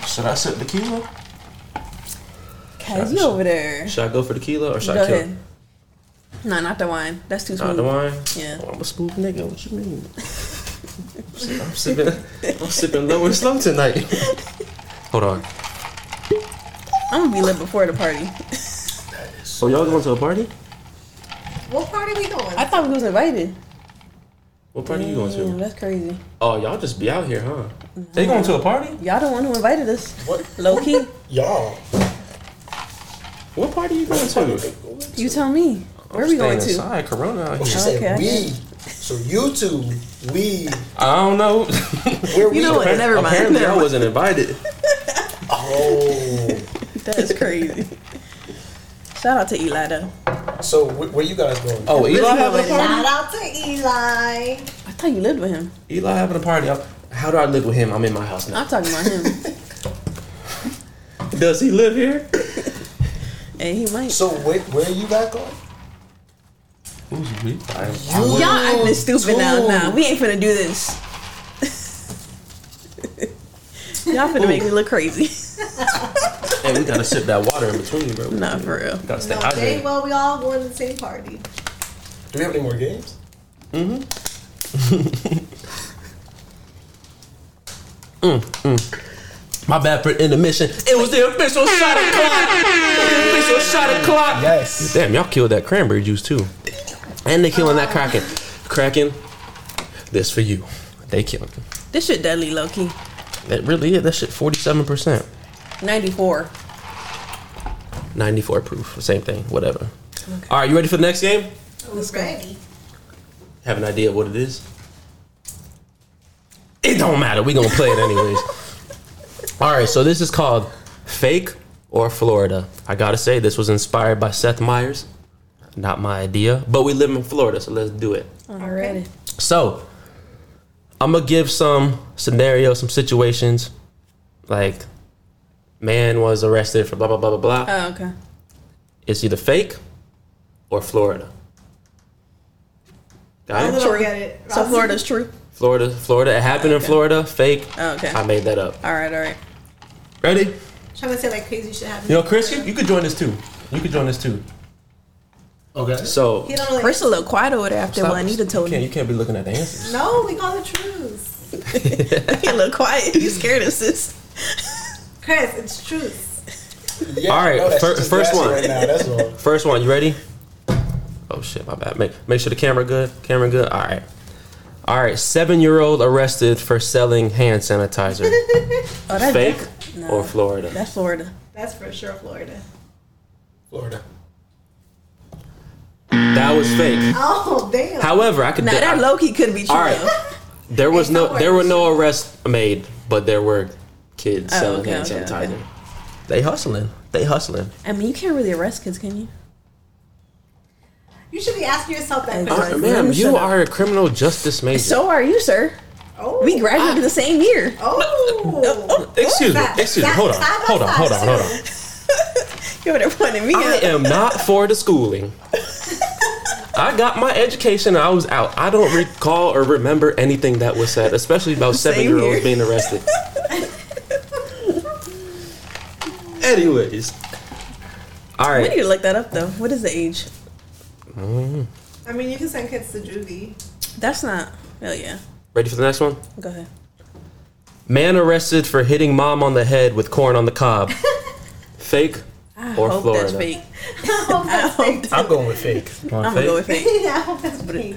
S3: Should I sip tequila?
S2: Cause you over there.
S3: Should I go for tequila or should
S2: Go
S3: I kill?
S2: ahead. Mm. No, not the wine. That's too smooth.
S3: Not the wine.
S2: Yeah.
S3: Oh, I'm a smooth nigga. What you mean? [LAUGHS] I'm sipping. I'm sipping low and slow tonight. [LAUGHS] Hold on.
S2: I'm gonna be lit before the party.
S3: So Oh, y'all going to a party?
S5: what part are we doing?
S2: I thought we was invited.
S3: What party you going
S2: Damn,
S3: to?
S2: that's crazy.
S3: Oh, y'all just be out here, huh? They going to a party?
S2: Y'all the one who invited us.
S4: What?
S2: Low key. [LAUGHS]
S4: Y'all.
S3: What party you going to?
S2: You tell me. Where
S3: I'm
S2: we going
S3: staying
S2: to?
S3: Inside, Corona out
S4: She
S3: here.
S4: said
S2: Okay, I
S4: we. So you two, we,
S3: I don't know. [LAUGHS]
S4: where we
S2: You know what?
S4: going?
S2: Oh, Never mind.
S3: Apparently,
S2: Never
S3: I
S2: mind.
S3: wasn't invited.
S4: Oh.
S2: That is crazy. [LAUGHS] Shout out to Eli though.
S4: So wh- where you guys going?
S3: Oh, Eli having a party.
S5: Shout out to Eli.
S2: I thought you lived with him.
S3: Eli having a party. I'm- How do I live with him? I'm in my house now.
S2: I'm talking about him.
S3: Does he live here?
S2: [LAUGHS] and he might.
S4: So where, where you guys going?
S3: Who's we?
S2: Y'all acting stupid now.
S4: dude.
S2: Nah, we ain't finna do this. [LAUGHS] Y'all finna make me look crazy.
S3: Hey, we gotta sip that water in between,
S2: [LAUGHS]
S3: bro.
S2: nah, for real.
S3: Gotta stay
S5: No, they,
S3: hydrated.
S5: well, we all going to the same party.
S4: Do we have any more games?
S3: My bad for intermission. It was the official shot o'clock. official shot o'clock.
S4: Yes.
S3: Damn, y'all killed that cranberry juice too. And they killing that Kraken. Kraken, this for you. They killing it.
S2: This shit deadly, low key.
S3: That really is. That shit 47%.
S2: 94.
S3: 94 proof. Same thing. Whatever. All right, you ready for the next game?
S5: Who's ready?
S3: Have an idea of what it is? It don't matter. We gonna play it anyways. All right, so this is called Fake or Florida. I gotta say, this was inspired by Seth Meyers. Not my idea, but we live in Florida, so let's do it.
S2: Already.
S3: So, I'm gonna give some scenarios, some situations, like man was arrested for blah blah blah blah blah.
S2: Oh, okay.
S3: It's either fake or Florida.
S5: I
S3: Got it?
S5: don't
S2: True.
S5: get it.
S2: So
S5: Ross.
S2: Florida's true.
S3: Florida, Florida. It happened in Florida. Fake.
S2: Oh, okay.
S3: I made that up.
S2: All right, all right.
S3: Ready?
S5: Trying to say like crazy shit happened.
S3: You know, Chris, you, you could join this too. You could join this too.
S4: Okay.
S3: So,
S5: He don't really-
S2: Chris a little quiet over there after
S3: Stop.
S2: Juanita told
S3: you can't,
S2: him.
S3: you can't be looking at the answers.
S5: No, we call the truth.
S2: [LAUGHS] He a little quiet. You scared of sis.
S5: Chris, it's truth.
S4: Yeah,
S3: All right,
S4: no, that's
S3: fir-
S4: just
S3: first
S4: nasty
S3: one.
S4: Right now, that's all.
S3: First one, you ready? Oh shit, my bad. Make make sure the camera good. Camera good. All right. All right. Seven year old arrested for selling hand
S2: [LAUGHS]
S3: sanitizer.
S2: Oh, that's
S3: Fake
S2: different. No.
S3: or Florida?
S2: That's Florida.
S5: [LAUGHS] That's for sure, Florida.
S4: Florida.
S3: That was fake.
S5: Oh damn.
S3: However, I could.
S2: Now that low key could be true.
S3: All right. There was no there were no arrests made, but there were kids
S2: Oh,
S3: selling
S2: okay,
S3: hand
S2: okay,
S3: sanitizer.
S2: okay.
S3: They hustling. They hustling.
S2: I mean, you can't really arrest kids, can you?
S5: you should be asking yourself that
S2: Uh,
S5: question.
S3: Uh,
S2: Right.
S3: ma'am,
S2: Shut
S3: you
S2: up.
S3: are a criminal justice major.
S2: So are you, sir.
S5: Oh,
S2: Uh, We graduated the same year. [LAUGHS]
S5: Oh,
S3: excuse me.
S5: Side-
S3: Excuse me.
S5: side-
S3: Hold on.
S5: side by
S3: Hold on.
S5: side,
S3: Hold on. Hold on.
S2: You over there pointing me
S3: I
S2: at.
S3: am not for
S2: [LAUGHS]
S3: the schooling. I got my education and I was out. I don't recall or remember anything that was said, especially about
S2: Same
S3: seven year olds
S2: here.
S3: being
S2: [LAUGHS]
S3: arrested. Anyways. All
S2: We need
S3: right.
S2: to look that up though. What is the age?
S5: I mean, you can send kids to juvie.
S2: [LAUGHS]
S5: [LAUGHS]
S2: That's not. Oh yeah.
S3: Ready for the next one?
S2: Go ahead.
S3: Man arrested for hitting mom on the head with corn on the
S2: [LAUGHS]
S3: cob. Fake
S2: I
S3: or
S2: hope
S3: Florida?
S2: that's fake.
S5: I hope
S2: I
S5: Oh, that's
S2: hope
S5: fake.
S2: that,
S4: I'm going with
S3: [LAUGHS]
S4: fake.
S2: I'm gonna go with fake.
S5: [LAUGHS] Yeah, I hope
S2: [LAUGHS]
S5: that's fake.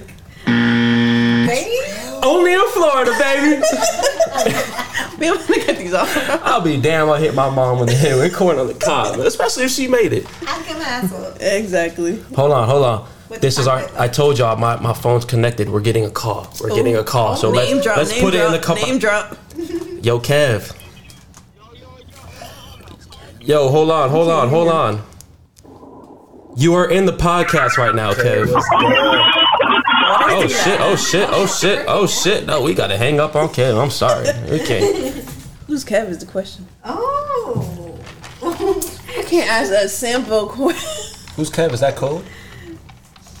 S5: Fake?
S3: Only in Florida, baby. [LAUGHS]
S2: [LAUGHS] We don't wanna cut these off.
S3: I'll be damn. I hit my mom on the head with corn on the cob, especially if she made it.
S5: I can ass up.
S2: exactly.
S3: Hold on, hold on.
S5: With
S3: This is our.
S5: pocket.
S3: I told y'all my, my phone's connected. We're getting a call. We're getting a call. So let's
S2: name Oh, drop.
S3: let's
S2: name
S3: put
S2: drop,
S3: it in the cup.
S2: Name drop.
S3: Yo, Kev. Yo, hold on, hold on, hold on. You are in the podcast right now, Kev. Oh shit! Oh shit! Oh shit! Oh shit! No, we gotta hang up on Kev. I'm sorry. Okay.
S2: Who's Kev is the question.
S5: Oh.
S2: I can't ask that sample question.
S4: Who's Kev? Is that code?
S2: [LAUGHS]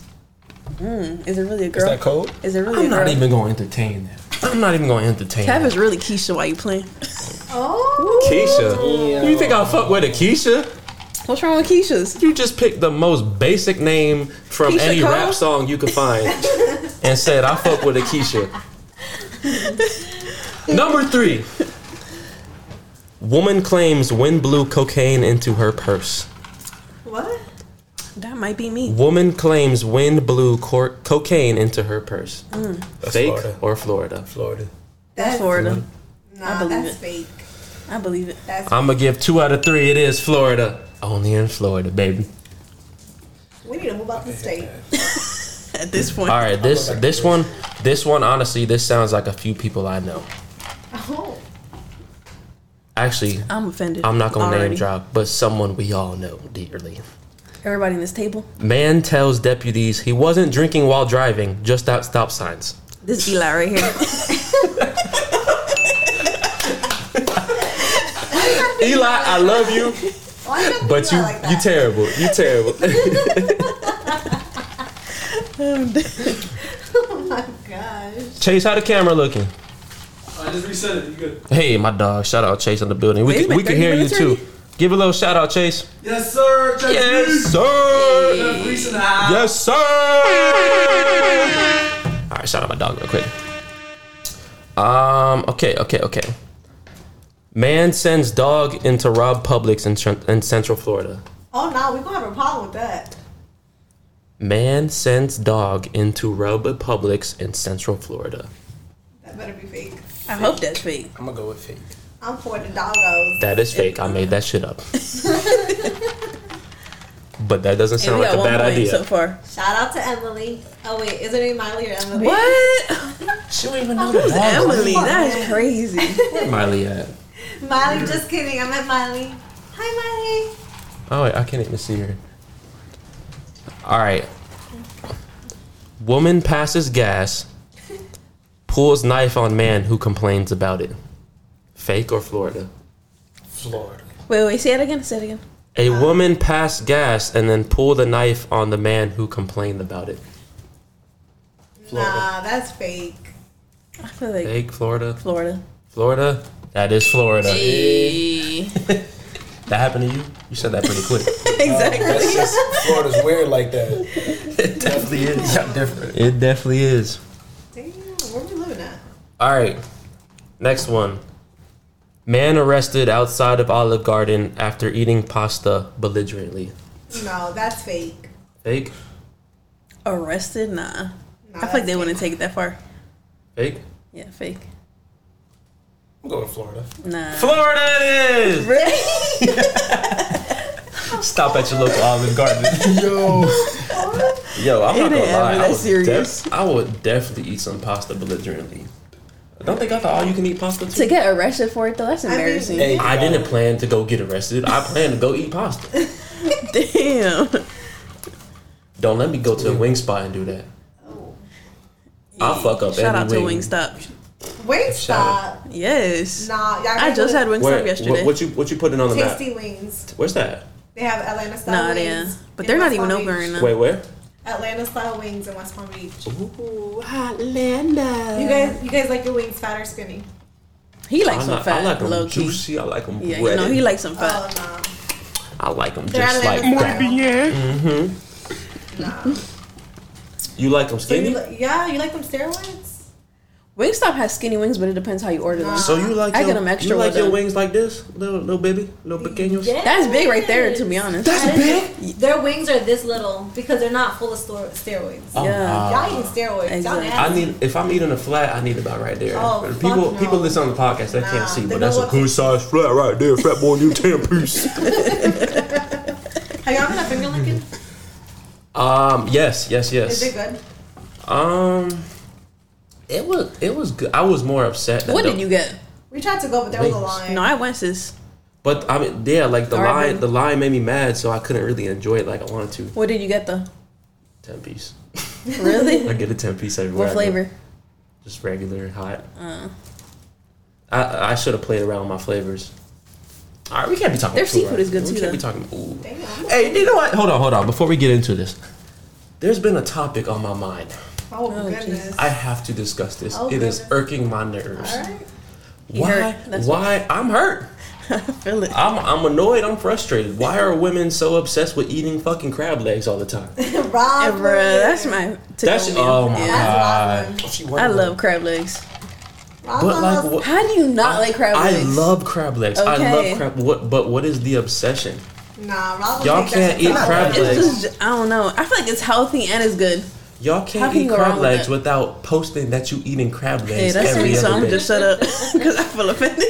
S2: Is it really a
S4: Is
S2: girl?
S4: that code?
S2: Is it really
S3: [LAUGHS] I'm
S2: a girl?
S3: not even gonna entertain that. I'm not even gonna entertain.
S2: Kev
S3: That.
S2: is really Keisha. Why you playing?
S5: oh.
S3: Keisha. You think I fuck with a Keisha?
S2: What's wrong with Keisha's?
S3: You just picked the most basic name from
S2: Keisha
S3: any
S2: Cole?
S3: rap song you could find [LAUGHS] and said, I fuck with a Keisha. Number three. Woman claims wind blew cocaine into her purse.
S5: What?
S2: That might be me.
S3: Woman claims wind blew cor- cocaine into her purse.
S5: Mm.
S4: That's
S3: Fake
S4: Florida.
S3: or Florida?
S4: Florida.
S2: That's Florida.
S5: Nah,
S2: believe
S5: that's
S2: it.
S5: fake.
S2: I believe it. [LAUGHS]
S5: That's
S3: I'm gonna give two out of three. It is Florida. Only in Florida, baby.
S5: we need to move out the state.
S3: [LAUGHS]
S2: At this point,
S3: All right, this this one, this one. Honestly, this sounds like a few people I know.
S5: Oh.
S3: Actually,
S2: I'm offended.
S3: I'm not gonna name
S2: already.
S3: drop, but someone we all know dearly.
S2: Everybody in this table.
S3: Man tells deputies he wasn't drinking while driving, just at stop signs.
S5: [LAUGHS]
S2: This Eli right here. [LAUGHS]
S3: Eli, I love
S5: [LAUGHS]
S3: you,
S5: Why you gotta be
S3: but you
S5: like that?
S3: you terrible. You terrible.
S5: [LAUGHS] [LAUGHS] Oh my gosh.
S3: Chase, how the camera looking?
S7: I just reset it. You good?
S3: Hey, my dog. Shout out Chase in the building. We
S2: Wait,
S3: can,
S2: it's
S3: we
S2: been
S3: can hear
S2: 30
S3: you
S2: minutes
S3: too.
S2: already?
S3: Give a little shout out, Chase.
S7: Yes, sir. Check
S3: Yes,
S7: this.
S3: sir.
S7: Jeff Reese in the house.
S3: Yes, sir. All right, shout out my dog real quick. Um. Okay. Okay. Okay. Man sends dog into rob Publix in, Tr- in Central Florida.
S5: Oh no, we gonna have a problem with that.
S3: Man sends dog into rob Publix in Central Florida.
S5: That better be fake.
S2: I hope that's fake.
S4: I'm gonna go with fake.
S5: I'm for the doggos.
S3: That is fake. I made that
S2: [LAUGHS]
S3: shit up. but that doesn't
S2: And
S3: sound
S2: we
S3: like
S2: got
S3: a
S2: one
S3: bad
S2: point
S3: idea.
S2: so far.
S5: Shout out to Emily. Oh wait, is it any Miley or Emily?
S2: [LAUGHS] What?
S3: she don't even know the
S2: Emily, that's crazy.
S3: Miley at.
S5: Miley, just kidding. I meant Miley. Hi Miley.
S3: Oh, wait, I can't even see her. All right. Woman passes gas, pulls knife on man who complains about it. Fake or Florida?
S4: Florida.
S2: [LAUGHS] Wait, wait, say it again. Say it again.
S3: A woman passed gas and then pulled the knife on the man who complained about it.
S5: Nah, that's fake.
S2: I feel like
S3: Fake Florida.
S2: Florida.
S3: Florida. That is Florida.
S2: exactly.
S3: That happened to you? You said that pretty quick.
S4: That's just Florida's weird like that.
S3: it definitely is.
S4: Y'all different.
S3: It definitely is.
S5: Damn, where we living at?
S3: All right. Next one. Man arrested outside of Olive Garden after eating pasta belligerently.
S5: No, that's fake.
S3: Fake?
S2: Arrested? Nah. I
S5: Nah,
S2: feel like
S5: that's
S2: they wouldn't
S5: fake.
S2: take it that far.
S3: Fake?
S2: Yeah, fake.
S4: I'm going with Florida.
S2: Nah. [LAUGHS]
S3: Florida it is! Stop at your local Olive Garden.
S4: [LAUGHS] Yo.
S3: Yo, I'm not
S2: It ain't
S3: gonna lie.
S2: ever
S3: I
S2: that
S3: would,
S2: serious.
S3: def- I would definitely eat some pasta belligerently. Don't they got the all you can eat pasta too?
S2: To get arrested for it though, that's
S5: mean,
S2: embarrassing.
S4: Hey,
S3: I didn't plan to go get arrested. I planned to go eat pasta.
S2: [LAUGHS] Damn.
S3: Don't let me go to a wing spot and do that. I'll fuck up
S2: Shout
S3: every
S2: out to
S3: wing.
S2: Wingstop.
S5: Wingstop.
S2: Yes.
S5: Nah, y'all.
S2: I
S5: gotta
S2: just
S5: go
S2: had
S5: to
S2: Wingstop
S3: Where,
S2: yesterday.
S3: what, what you what you putting on the map?
S5: Tasty wings.
S3: Where's that?
S5: They have Atlanta style
S2: nah,
S5: wings.
S2: yeah. But
S5: in
S2: they're not
S5: West
S2: even uh,
S5: Palm
S2: open
S5: Beach.
S2: right now.
S3: Wait, where?
S5: Atlanta style wings in West Palm Beach. Ooh, Atlanta. You guys, you guys like your wings fat or skinny?
S2: He likes
S3: I
S2: some
S3: like, I
S2: fat,
S3: like 'em
S2: low key.
S3: juicy. I like them
S2: Yeah, you
S3: breaded.
S2: know he likes some fat.
S5: Oh no.
S3: I like them
S5: They're
S3: just like
S5: Atlanta
S3: that.
S5: style.
S3: You like them
S5: So you
S3: skinny?
S5: li- yeah, you like them steroids?
S2: Wingstop has skinny wings, but it depends how you order them.
S3: So you like
S2: I
S3: your,
S2: get 'em extra
S3: You like
S2: with
S3: your
S2: them.
S3: wings like this, little little baby, little pequeños.
S2: That's big right there, to be honest.
S1: That is-
S5: big. Their wings are this little because they're not full of stor- steroids.
S3: Oh,
S2: Yeah.
S3: wow.
S5: Y'all eating steroids?
S2: Exactly.
S5: Y'all
S3: I need if I'm eating a flat, I need about right there.
S5: Oh, fuck
S3: people
S5: no.
S3: people listen on the podcast, they
S5: Nah,
S3: can't see,
S5: they
S3: but
S5: know
S3: that's a
S5: what-
S3: good size flat right there, fat boy, you ten piece.
S5: Have y'all been a
S3: [LAUGHS]
S5: finger licking?
S3: Um, yes, yes,
S5: Is
S3: yes.
S5: it good?
S3: Um, it was it was good. I was more upset. That
S2: What
S3: the-
S2: did you get?
S5: We tried to go, but there was a
S3: Wings.
S5: line.
S2: No, I went sis.
S3: But I mean, yeah, like the
S2: Alright,
S3: line,
S2: baby.
S3: the line made me mad, so I couldn't really enjoy it like I wanted to.
S2: What did you get though?
S3: Ten piece. [LAUGHS]
S2: Really?
S3: I get a ten piece everywhere.
S2: what
S3: I go.
S2: flavor? Uh.
S3: Just regular hot. I I should have played around with my flavors.
S4: All right, we can't be talking.
S2: Their
S4: about food
S2: seafood is good,
S4: now.
S2: too,
S4: We can't be
S2: though.
S4: talking. Ooh.
S5: Damn.
S3: Hey, you know what? Hold on, hold on. Before we get into this, there's been a topic on my mind.
S5: Oh,
S2: Oh,
S5: [LAUGHS] goodness.
S3: I have to discuss this.
S5: Oh,
S3: it is
S5: goodness.
S3: irking my nerves.
S5: All right.
S2: You
S3: Why?
S2: hurt, that's
S3: Why? I'm hurt.
S2: Feel it.
S3: I'm I'm annoyed. I'm frustrated. Why are women so obsessed with eating fucking crab legs all the time?
S5: Rob,
S2: Bruh, that's my. to-go
S3: That's
S2: meal.
S3: oh my
S2: Yeah.
S3: god.
S4: If you
S2: I
S4: want-
S2: love crab legs.
S5: Rob
S3: But like,
S5: loves-
S3: what,
S2: How do you not like crab
S3: I
S2: legs?
S3: love crab legs. I
S2: Okay.
S3: love crab. What? But what is the obsession?
S5: nah, Rob
S3: Y'all
S5: think that's
S3: can't
S5: a
S3: eat
S5: problem.
S3: crab
S2: It's
S3: legs.
S2: just I don't know. I feel like it's healthy and it's good.
S3: Y'all
S2: How
S3: can't
S2: can
S3: eat
S2: you go
S3: crab
S2: wrong with
S3: legs
S2: that?
S3: without posting that you eating crab
S2: Hey,
S3: legs
S2: that's
S3: every
S2: sweet. So
S3: other
S2: I'm
S3: day.
S2: just shut up [LAUGHS] because I feel
S3: [LAUGHS]
S2: offended.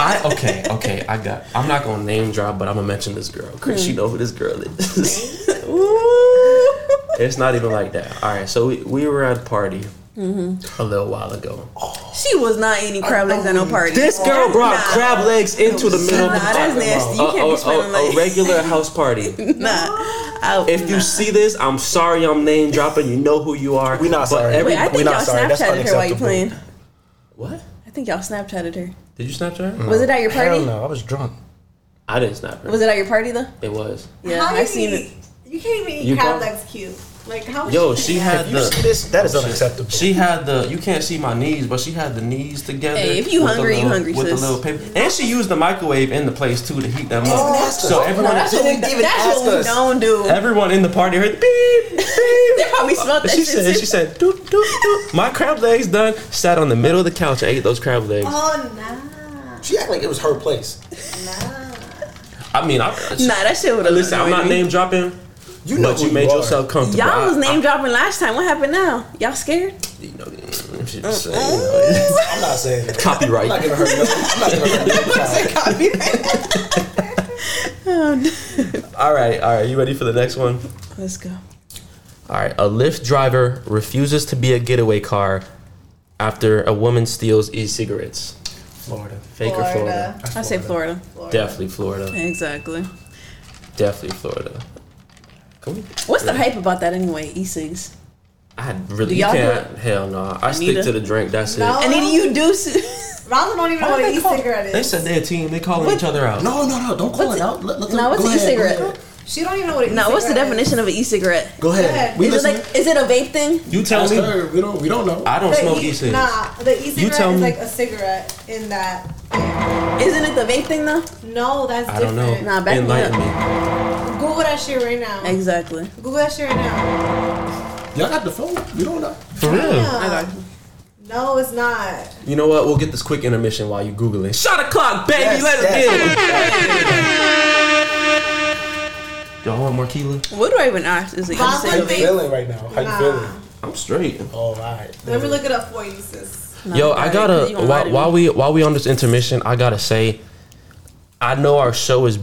S3: I okay, okay. I got. I'm not gonna name drop, but I'm gonna mention this girl. Cause
S2: Hmm.
S3: you know who this girl is. [LAUGHS]
S2: Ooh.
S3: it's not even like that. All right, so we, we were at a party
S2: Mm-hmm.
S3: a little while ago.
S2: She was not eating crab legs at no party.
S3: This girl brought
S2: Oh, Nah.
S3: crab legs into the middle
S2: Nah,
S3: of the
S2: that's nasty. You
S3: A,
S2: can't be smelling
S3: a- a- a
S2: like
S3: regular house
S2: [LAUGHS]
S3: party.
S2: nah. I,
S3: If you
S2: nah.
S3: see this, I'm sorry I'm name dropping. You know who you are.
S4: We not
S3: But
S4: sorry.
S3: every-
S2: Wait, I
S4: We
S2: think
S4: not
S2: y'all
S4: sorry. That's
S2: Snapchatted her while you
S4: unacceptable.
S2: playing.
S3: what?
S2: I think y'all Snapchatted her.
S3: Did you Snapchat? her?
S2: Was it at your
S4: Hell
S2: party?
S4: no, I was drunk.
S3: I didn't snap her.
S2: Was it at your party though?
S3: It was.
S2: Yeah,
S5: How
S2: I
S5: you
S2: seen it.
S5: eat- You can't even eat
S3: You
S5: crab
S3: got-
S5: legs cute. Like how? would
S3: Yo,
S5: you
S3: she
S5: eat
S3: had
S4: You see
S3: the.
S4: this? That is unacceptable.
S3: She had the. You can't see my knees, but she had the knees together.
S2: Hey, if you
S3: with the
S2: hungry, you
S3: little-
S2: hungry,
S3: With the
S2: sis.
S3: little paper, and she used the microwave in the place too to heat them
S4: Didn't
S3: up.
S4: ask us.
S3: So everyone,
S2: that's what we,
S4: didn't even
S2: that's
S4: ask
S2: what we
S4: us.
S2: don't do.
S3: everyone in the party heard beep beep.
S2: They probably smelled that
S3: she
S2: shit
S3: said,
S2: too.
S3: she said, doop, doop, doop. My crab legs done. Sat on the middle of the couch and ate those crab legs.
S5: Oh nah,
S4: She acted like it was her place.
S5: nah.
S3: I mean, I,
S2: nah, that shit would have.
S3: listen, I'm not name dropping.
S4: You know
S3: But you
S4: who
S3: made
S4: are.
S3: yourself comfortable.
S2: Y'all
S3: I-
S2: was
S3: I-
S2: name dropping last time. What happened now? Y'all
S4: [LAUGHS]
S2: scared?
S3: you know, I'm just saying, you know,
S4: I'm not saying that. I'm not
S3: Copyright.
S4: giving her no. I'm not giving her no. power.
S3: All right, all right. You ready for the next one?
S2: Let's go.
S3: All right. A Lyft driver refuses to be a getaway car after a woman steals e-cigarettes.
S4: Florida.
S3: Fake or Florida?
S5: Florida.
S2: I say Florida.
S5: Florida.
S3: Definitely Florida.
S2: Exactly.
S3: Definitely Florida. Can we?
S2: What's the hype about that anyway? E-cigs.
S3: I
S2: Do
S3: really you
S2: y'all
S3: can't. Hell no. I
S2: Anita?
S3: stick to the drink. That's
S5: No.
S4: Uh-huh.
S3: it.
S2: And then you do. s- [LAUGHS]
S5: Rosa don't even know what an e-cigarette
S3: They
S5: is.
S3: said they're a team. They calling each other out.
S4: No, no, no! Don't call
S2: What's
S4: it
S2: it-
S4: out. Let, let,
S2: Nah, what's
S4: go
S2: an
S4: ahead,
S2: e-cigarette?
S4: go ahead.
S5: She don't even know what an
S2: Now, what's the
S5: e-cigarette is.
S2: definition of an e-cigarette?
S4: Go
S5: ahead.
S4: ahead. We
S2: Is it
S4: listen.
S2: like? Is it a vape thing?
S3: You tell
S4: Ask
S3: me.
S4: her. We don't. We don't know.
S3: I don't
S5: The
S3: smoke
S5: e-
S3: e-cigarettes.
S5: Nah, the e-cigarette
S3: tell
S5: is
S3: me.
S5: like a cigarette in that.
S2: Isn't it the vape thing though?
S5: No, that's
S3: I don't
S5: different.
S3: know.
S2: Nah, back me
S3: Enlighten me.
S5: Google that shit right now.
S2: Exactly.
S5: Google that shit right now.
S4: Y'all got the phone. We don't know.
S3: For real.
S5: Yeah. No, it's not.
S3: You know what? We'll get this quick intermission while you Google it. Shot o'clock, baby.
S4: Yes,
S3: Let
S4: yes.
S3: it go. Y'all want more tequila?
S2: What do I even ask? Is it
S5: Rob,
S4: How you
S5: Vape.
S2: e-cigarette?
S4: feeling right now? How you
S5: Nah.
S4: feeling?
S3: I'm straight.
S4: Oh, all right.
S5: Let me look it up for you, sis.
S3: Yo, I gotta. While, while we while we on this intermission, I gotta say, I know our show is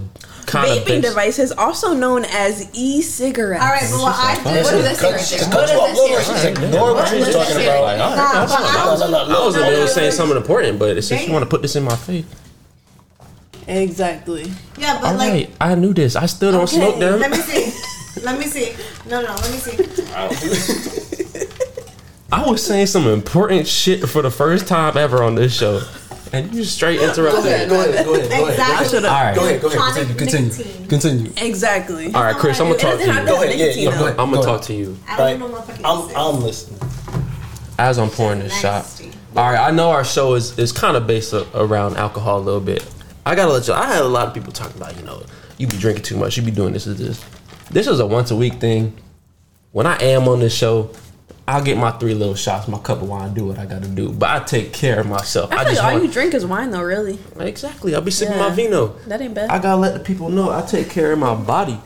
S3: kind of
S2: Vaping devices, also known as e-cigarettes.
S5: All right, but what I did.
S2: What is that cigarette?
S4: Cut- just
S2: thing? What
S4: cut you off.
S2: is
S4: Look,
S2: that
S4: She's
S2: cigarette?
S4: ignoring what
S2: What
S4: she's
S2: is
S4: talking
S2: that
S4: about.
S2: cigarette?
S5: Nah, but I
S4: No, no,
S5: was-
S4: no,
S3: I was in
S4: no.
S3: the middle of
S5: no,
S3: saying
S5: no.
S3: something important, but since you
S5: Damn.
S3: want to put this in my face,
S2: Exactly.
S5: Yeah, but
S3: all
S5: like.
S3: right. I knew this. I still don't
S2: Okay,
S3: smoke them.
S5: Let
S4: [LAUGHS]
S5: me see. Let me see. No, no, no, let me see.
S3: I was saying some important shit for the first time ever on this show, and you straight interrupted.
S4: Go ahead. Go ahead. Go ahead. Go ahead.
S5: Exactly.
S3: All right.
S4: Go ahead. Go ahead.
S5: Electronic
S4: Continue. Continue.
S5: nicotine.
S4: Continue.
S2: Exactly.
S3: All right, Chris. I'm gonna
S2: It
S3: talk to
S2: doesn't have
S3: you.
S2: to
S4: Go
S2: have
S4: ahead, yeah,
S2: nicotine
S4: yeah, go
S2: though.
S4: ahead.
S3: I'm gonna talk to you.
S5: I
S4: Right.
S5: don't know motherfucking
S4: I'm,
S5: sis.
S4: I'm listening.
S3: as I'm pouring this shot.
S5: Nasty.
S3: All right, I know our show is is kind of based a, around alcohol a little bit. I gotta let you. I had a lot of people talking about you know you be drinking too much, you be doing this and this. This is a once a week thing. When I am on this show, I'll get my three little shots, my cup of wine, do what I gotta do. But I take care of myself. I,
S2: I feel
S3: just
S2: like all you
S3: want
S2: drink is wine though, really.
S3: exactly. I'll be sipping
S2: Yeah.
S3: my vino.
S2: That ain't bad.
S3: I gotta let the people know I take care of my body.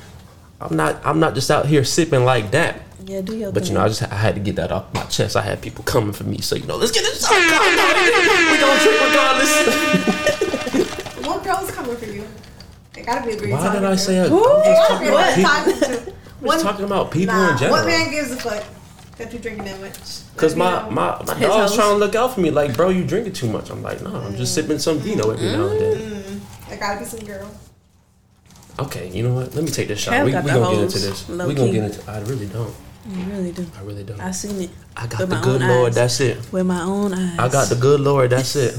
S3: I'm not. I'm not just out here sipping like that.
S2: yeah, do your
S3: But you
S2: thing.
S3: know, I just I had to get that off my chest. I had people coming for me, so you know, let's get this. Out. Come on, we gonna drink regardless.
S5: What girl's coming for you? It gotta be a green
S3: Why did
S5: talking
S3: I
S5: to.
S3: say a,
S2: Ooh,
S5: It
S3: I'm
S5: gotta be a
S3: talking about
S5: green
S3: people,
S5: talking to.
S3: I'm
S5: One-
S3: just talking about people
S5: nah,
S3: in
S5: What
S3: general.
S5: man gives a fuck that you drinking that much?
S3: Cause
S5: Let me
S3: my
S5: know.
S3: my my
S2: His hoes.
S3: dog's
S2: Mm.
S3: trying to look out for me. Like, bro, you drinking too much. I'm like, no, I'm just sipping some vino every now and then.
S5: It There gotta be some girl.
S3: Okay, you know what? Let me take this shot.
S2: Cam
S3: We, we
S2: got the
S3: gonna get
S2: hoes,
S3: into this.
S2: low
S3: we gonna
S2: key.
S3: get into. I really don't.
S2: You really do.
S3: I really don't.
S2: I seen it
S3: I got
S2: with
S3: the
S2: my
S3: good
S2: own
S3: Lord.
S2: eyes.
S3: That's it.
S2: with my own eyes.
S3: I got the good Lord. That's it.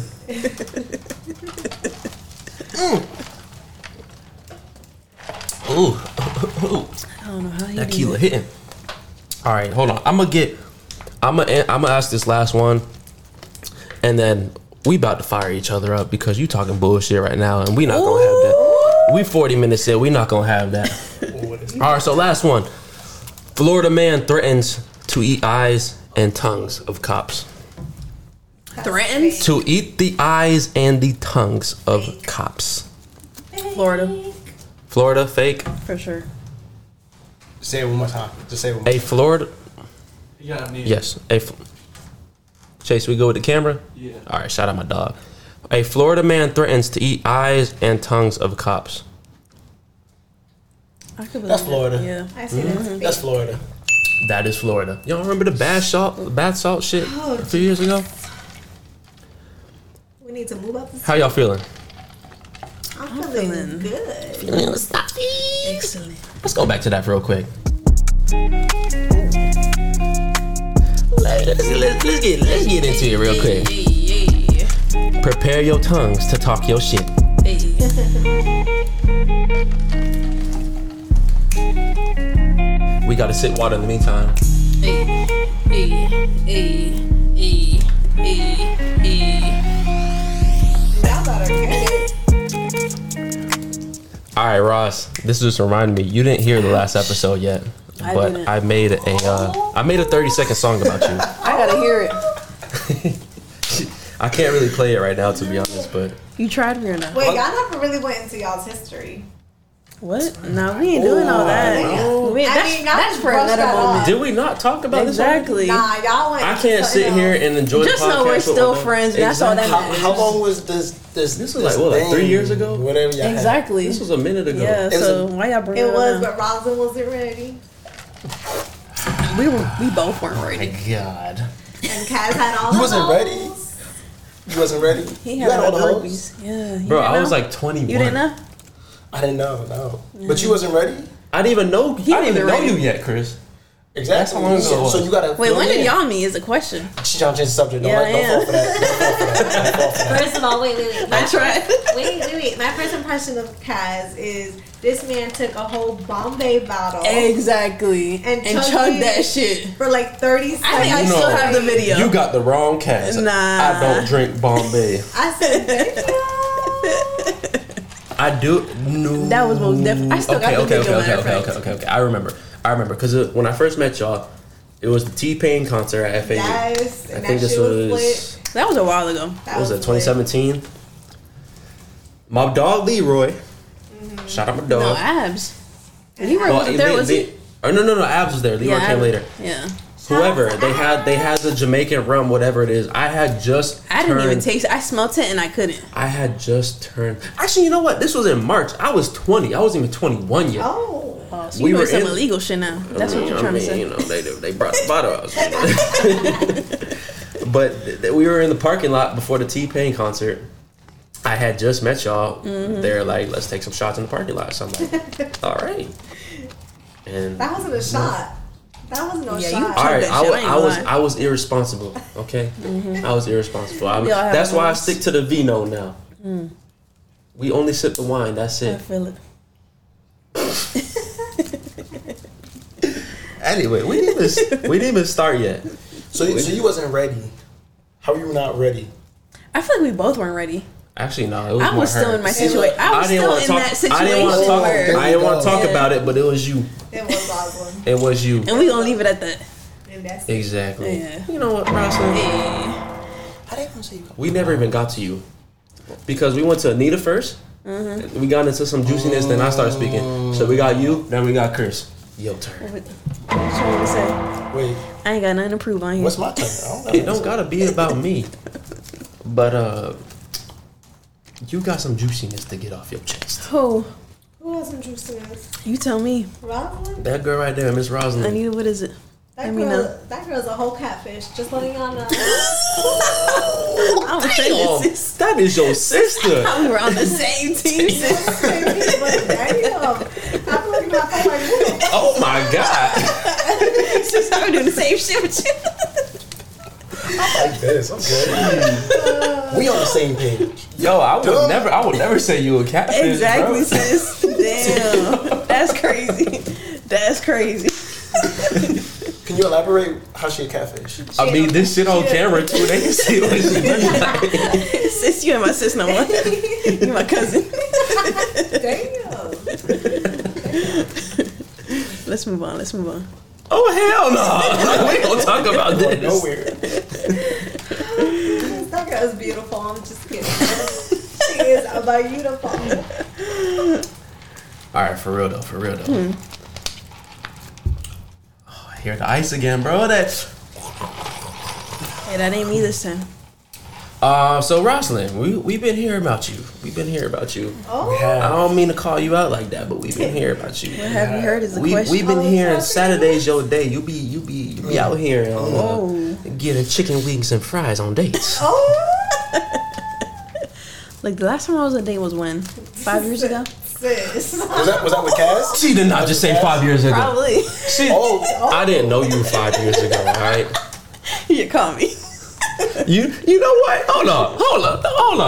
S3: Mm. Ooh,
S2: I don't know how he
S3: [LAUGHS] that
S2: did
S3: Keela
S2: it.
S3: hitting. All right, hold on. I'm gonna get. I'm gonna. I'm gonna ask this last one, and then we about to fire each other up because you talking bullshit right now, and we not gonna have that. We 40 minutes in. We not gonna have that. All right, so last one. Florida man threatens to eat eyes and tongues of cops.
S2: Threatens
S3: To eat the eyes and the tongues of cops.
S2: Florida
S3: Florida fake.
S2: for sure.
S4: Say it one more time. Just say it one more
S3: A Florida.
S7: You gotta name it.
S3: Yes. A. Fl- Chase, we go with the camera.
S7: Yeah.
S3: All right. Shout out my dog. A Florida man threatens to eat eyes and tongues of cops.
S2: I could believe
S4: That's
S2: it.
S4: Florida.
S2: Yeah.
S5: I see
S3: Mm-hmm.
S4: time. That's Florida.
S3: That is Florida. Y'all remember the bath salt, bath salt shit a few years ago?
S5: We need to move up. This
S3: How y'all feeling?
S5: I'm
S2: feeling-
S5: feeling, good.
S2: Excellent.
S3: Let's go back to that real quick. Let's, let's- let's get, let's get into it real quick.
S8: Yeah,
S3: Prepare your tongues to talk your shit.
S8: yeah.
S3: We gotta sip water in the meantime.
S8: Ay, ay, ay, ay, ay, ay.
S5: Y'all better get it.
S3: All right, Ross. This just reminded me. You didn't hear the last episode yet,
S2: I
S3: but
S2: didn't.
S3: I, made a uh, I made a thirty second song about you.
S2: I gotta hear it.
S3: I can't really play it right now, to be honest. But
S2: You tried me or not?
S5: Wait, y'all never really went into y'all's history.
S2: What? No, we ain't doing all that. We ain't-
S5: I
S2: that's,
S5: mean, y'all
S2: that's
S5: just
S2: for
S5: brushed
S2: another
S5: that off.
S2: moment.
S3: did we not talk about this? already?
S2: Exactly.
S5: Nah, y'all went.
S3: I can't sit
S5: something
S3: here
S5: else.
S3: and enjoy.
S2: Just
S3: the
S2: know
S3: podcast
S2: we're
S3: with
S2: still
S3: my-
S2: friends, that's all that
S4: How,
S2: matters.
S4: how long was this? This
S3: This was like, what, like
S4: thing?
S3: three years ago?
S4: Whatever y'all had.
S2: Exactly.
S3: This was a minute ago.
S2: yeah.
S4: was
S2: So
S4: a-
S2: why y'all bring
S5: It was,
S2: up?
S5: but Rosin wasn't ready,
S2: We were. We both weren't ready.
S4: God.
S5: and Kaz had all.
S4: You
S5: the
S4: wasn't
S5: hoes.
S4: ready? You wasn't ready.
S2: He
S4: you
S2: had all the
S4: hoes?
S2: groupies. Yeah. you
S3: Bro,
S2: didn't
S3: I was
S2: know?
S3: like 21.
S2: You didn't know?
S4: I didn't know. No, but you wasn't ready.
S3: I didn't even know. I didn't even know
S2: wasn't
S3: you
S2: ready.
S3: yet, Chris.
S4: Exactly.
S3: That's how long ago it
S4: so,
S3: was.
S4: so you gotta.
S2: Wait,
S4: fill
S2: when
S4: in.
S2: did y'all meet? Is a [LAUGHS] question.
S4: She trying to change the subject. Don't,
S2: Yeah,
S4: let- don't
S2: I
S4: fall
S2: am.
S4: for that. Don't fall for that.
S1: First of all, wait, wait, wait.
S2: I tried.
S5: Wait, wait, wait. My first impression of Kaz is this man took a whole Bombay bottle
S2: Exactly.
S5: And
S2: And,
S5: chug
S2: chug
S5: it.
S2: that
S5: [LAUGHS]
S2: shit.
S5: for like 30 seconds.
S2: I think I
S3: No.
S2: still have the video.
S3: You got the wrong cast.
S2: Nah.
S3: I don't drink
S4: [LAUGHS]
S3: Bombay.
S5: I said,
S2: [LAUGHS]
S3: I do. No.
S2: That was most def- I still
S3: okay,
S2: got the
S3: okay,
S2: video,
S3: okay,
S2: matter
S3: okay,
S2: of
S3: okay,
S2: fact.
S3: okay, okay, okay. I remember. I remember because when I first met y'all, it was the T Pain concert at FAU.
S5: yes.
S3: I
S5: And
S3: think
S5: that
S3: this
S5: shit
S3: was,
S5: was,
S3: was
S5: lit.
S2: That was a while ago.
S5: That
S3: what was it
S5: lit.
S3: 2017. My dog Leroy. Shout out my dog.
S5: Uh,
S2: No abs. Leroy
S3: Well,
S2: wasn't there,
S3: Le-
S2: was
S3: Le-
S2: he?
S3: Oh, no, no, no. Abs was there. Leroy came
S2: Ab-
S3: later.
S2: Yeah.
S3: Whoever they had, they had the Jamaican rum, whatever it is. I had just.
S2: I didn't even
S3: turned-
S2: taste it. I smelt it and I couldn't.
S3: I had just turned. Actually, you know what? This was in March. I was 20. I wasn't even 21 yet.
S5: Oh.
S2: So
S3: We
S2: you
S3: were
S2: doing some
S3: in-
S2: illegal shit now. That's what
S3: I mean-
S2: you're trying
S3: I mean,
S2: to say.
S3: You know, they, they brought the bottle out. so, you know. [LAUGHS] but th- th- we were in the parking lot before the T Pain concert. I had just met y'all. They're like, let's take some shots in the parking lot. So I'm [LAUGHS] like, all right. And
S5: That wasn't a shot. That was no
S2: Yeah, you-
S5: shot.
S3: all right,
S2: that
S3: I, Mm-hmm.
S2: shit,
S3: wa-
S2: I ain't
S3: I was
S2: lying.
S3: I was irresponsible. Okay, I was irresponsible. I,
S2: We all have
S3: that's why I
S2: moments.
S3: stick to the vino now. We only sip the wine. That's
S2: I
S3: it.
S2: feel it.
S3: Anyway, we didn't even we didn't even start yet.
S4: So, you- so you wasn't ready. How are you not ready?
S2: I feel like we both weren't ready.
S3: Actually, no, it was
S2: I
S3: more
S2: was still
S3: her.
S2: in my situation. I was still
S3: wanna
S2: in
S3: talk,
S2: that situation.
S3: I didn't want to talk.
S4: where-
S3: I didn't want to talk
S2: Yeah.
S3: about it, but it was you.
S5: It was Roslyn.
S3: It was you.
S2: and we gonna leave it at that.
S5: And that's it.
S3: Exactly.
S2: Yeah.
S3: You know what, Roslyn?
S2: Yeah.
S4: How they gonna say you?
S3: We never even got to you because we went to Anita 1st
S2: Mm-hmm.
S3: We got into some juiciness, then I started speaking. So we got you, then we got Chris. Yo, turn.
S2: What what you want me to say?
S4: Wait,
S2: I ain't got nothing to prove on here.
S4: what's my turn?
S3: [LAUGHS]
S4: I
S3: It
S4: don't
S3: don't
S4: know.
S3: gotta be about me, but uh, you got some juiciness to get off your chest.
S2: Who?
S5: Who has some juice in this?
S2: You tell me.
S5: Roslyn?
S3: That girl right there, Miss Rosalind.
S2: I need what is it?
S5: That,
S2: Let me
S5: girl,
S2: know.
S5: [LAUGHS] that girl's a whole catfish. Just letting y'all know.
S2: I was saying
S3: [LAUGHS]
S2: [LAUGHS]
S3: Damn, [LAUGHS]
S2: this is-
S3: that is your sister.
S2: we were on the same team. sis.
S3: Oh my god.
S2: Sis, I was doing the same shit
S3: [LAUGHS]
S2: with you.
S4: Like this. I'm good. we on the same page.
S3: Yo, I would
S4: Duh.
S3: never I would never say you a catfish.
S2: Exactly,
S3: Bro.
S2: sis.
S3: [LAUGHS]
S2: Damn. That's crazy. That's crazy.
S4: Can you elaborate how she a catfish?
S3: I mean this shit on camera too. They can [LAUGHS] see what she looking like.
S2: Sis, you and my sis no more. [LAUGHS] You my cousin.
S5: [LAUGHS] Damn.
S2: Let's move on. Let's move on.
S3: Oh hell no. [LAUGHS] we don't talk about
S4: Going
S3: this.
S4: nowhere.
S5: That girl is beautiful. I'm just kidding. she is about beautiful.
S3: Alright, for real though, for real though. Oh, I hear the ice again, bro. That
S2: Hey, that ain't me this time.
S3: uh, so Rosalind, we we've been hearing about you. We've been hearing about you.
S5: Oh.
S3: I don't mean to call you out like that, but we've been hearing about you.
S2: What have you heard is the
S3: We
S2: question.
S3: we've been
S5: Always
S3: hearing
S5: happy.
S3: Saturday's your day. You be you be you be out here uh,
S2: Oh.
S3: getting chicken wings and fries on dates.
S5: Oh,
S2: like the last time I was on a date was when five years ago.
S5: Sis.
S4: Was that was that with Cass?
S3: She did not just say five years
S2: [LAUGHS]
S3: ago.
S2: Probably. [LAUGHS]
S3: She,
S4: Oh,
S3: I didn't know you five years ago. All right.
S2: you should call me.
S3: You you know what? Hold on, hold on, hold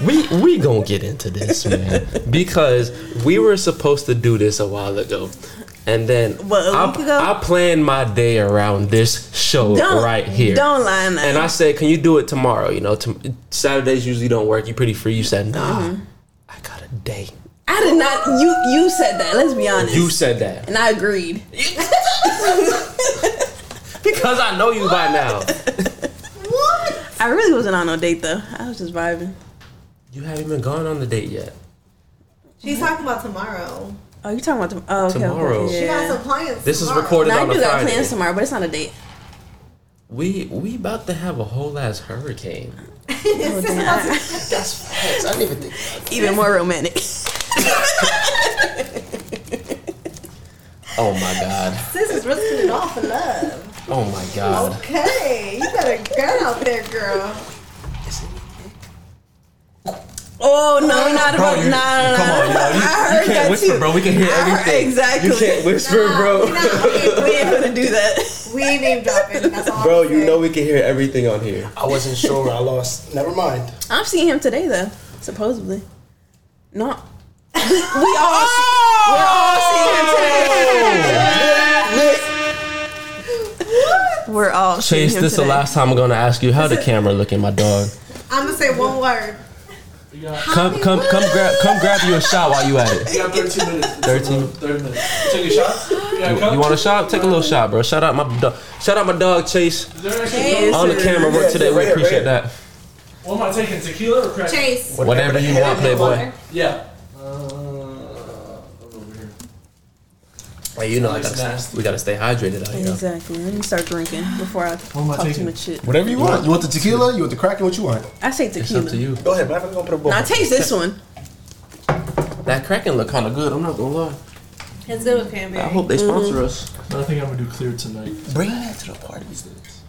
S3: on. We we gonna get into this, man, because we were supposed to do this a while ago, and then
S2: What, a
S3: I,
S2: week ago?
S3: I planned my day around this show
S2: Don't
S3: right here.
S2: Don't lie now.
S3: And I said, "Can you do it tomorrow?" You know, t- Saturdays usually don't work. You pretty free. You said, "Nah,
S2: Mm-hmm.
S3: I got a day."
S2: I did not. You you said that. Let's be honest.
S3: You said that
S2: and I agreed.
S3: because I know you by now.
S2: I really wasn't on no date though. I was just vibing.
S3: You haven't even gone on the date yet.
S5: She's talking about tomorrow.
S2: Oh, you talking about tom- oh, okay, okay,
S3: Tomorrow.
S2: Yeah.
S5: She got some plans.
S3: This is
S5: tomorrow. [LAUGHS]
S3: recorded.
S2: Now
S3: on
S2: I
S3: a
S2: do got
S3: Friday.
S2: plans tomorrow, but it's not a date.
S3: We we about to have a whole ass hurricane.
S2: Oh, damn.
S4: that's facts. I didn't even think.
S2: Even more romantic.
S3: Oh my god.
S5: Sis is risking it all for love.
S3: Oh my
S5: [LAUGHS]
S3: god.
S5: Okay. You better get out there, girl.
S2: [LAUGHS] Oh no, we're not about.
S7: you-
S2: nah, nah, nah.
S7: come on, yo, you-
S2: I
S3: You
S2: heard
S3: can't
S2: that
S3: whisper,
S2: too.
S3: bro. We can hear
S2: I heard-
S3: everything.
S2: exactly.
S3: You can't whisper,
S5: Nah, we
S3: bro.
S5: not- okay,
S2: We ain't gonna do that.
S5: We ain't name dropping. That's all.
S3: Bro,
S5: I'm
S3: you
S5: saying.
S3: know we can hear everything on here.
S4: I wasn't sure. I lost. Never mind.
S2: I'm seeing him today though, supposedly. No. [LAUGHS] We all see, we're all seeing him today. We're all seeing
S3: Chase,
S2: him
S3: this is the
S2: today.
S3: last time I'm gonna ask you how the camera looking, my dog.
S5: I'm gonna say one word.
S7: You got,
S3: Come come come grab come grab you a shot while you at it.
S7: you got 13 minutes.
S3: 13?
S7: 30 minutes. Take a shot? Yeah,
S3: You want a shot? Take a little shot, bro. Shout out my dog. Shout out my dog Chase
S2: Yes,
S3: on the
S2: sir.
S3: camera work today. We appreciate that.
S7: What am I taking? Tequila or crack?
S5: Chase.
S3: Whatever you want, Playboy.
S7: Yeah. Uh, I'm over here.
S3: Hey, you know I gotta, we gotta stay hydrated out here.
S2: Exactly. Let me start drinking before I
S7: am I
S2: talk too
S7: taking?
S2: much shit.
S4: Whatever you want. You want the tequila? You want the Kraken? What you want?
S2: I say
S3: It's
S2: tequila.
S3: up to you.
S4: Go ahead, but I'm gonna put a bowl.
S2: Now taste this one.
S3: That Kraken look kind of good. I'm not gonna lie.
S5: It's good with
S3: I
S5: cranberry.
S3: hope they sponsor
S2: Mm-hmm.
S3: us.
S7: I think I'm gonna do clear tonight.
S4: Bring that to the party. these days.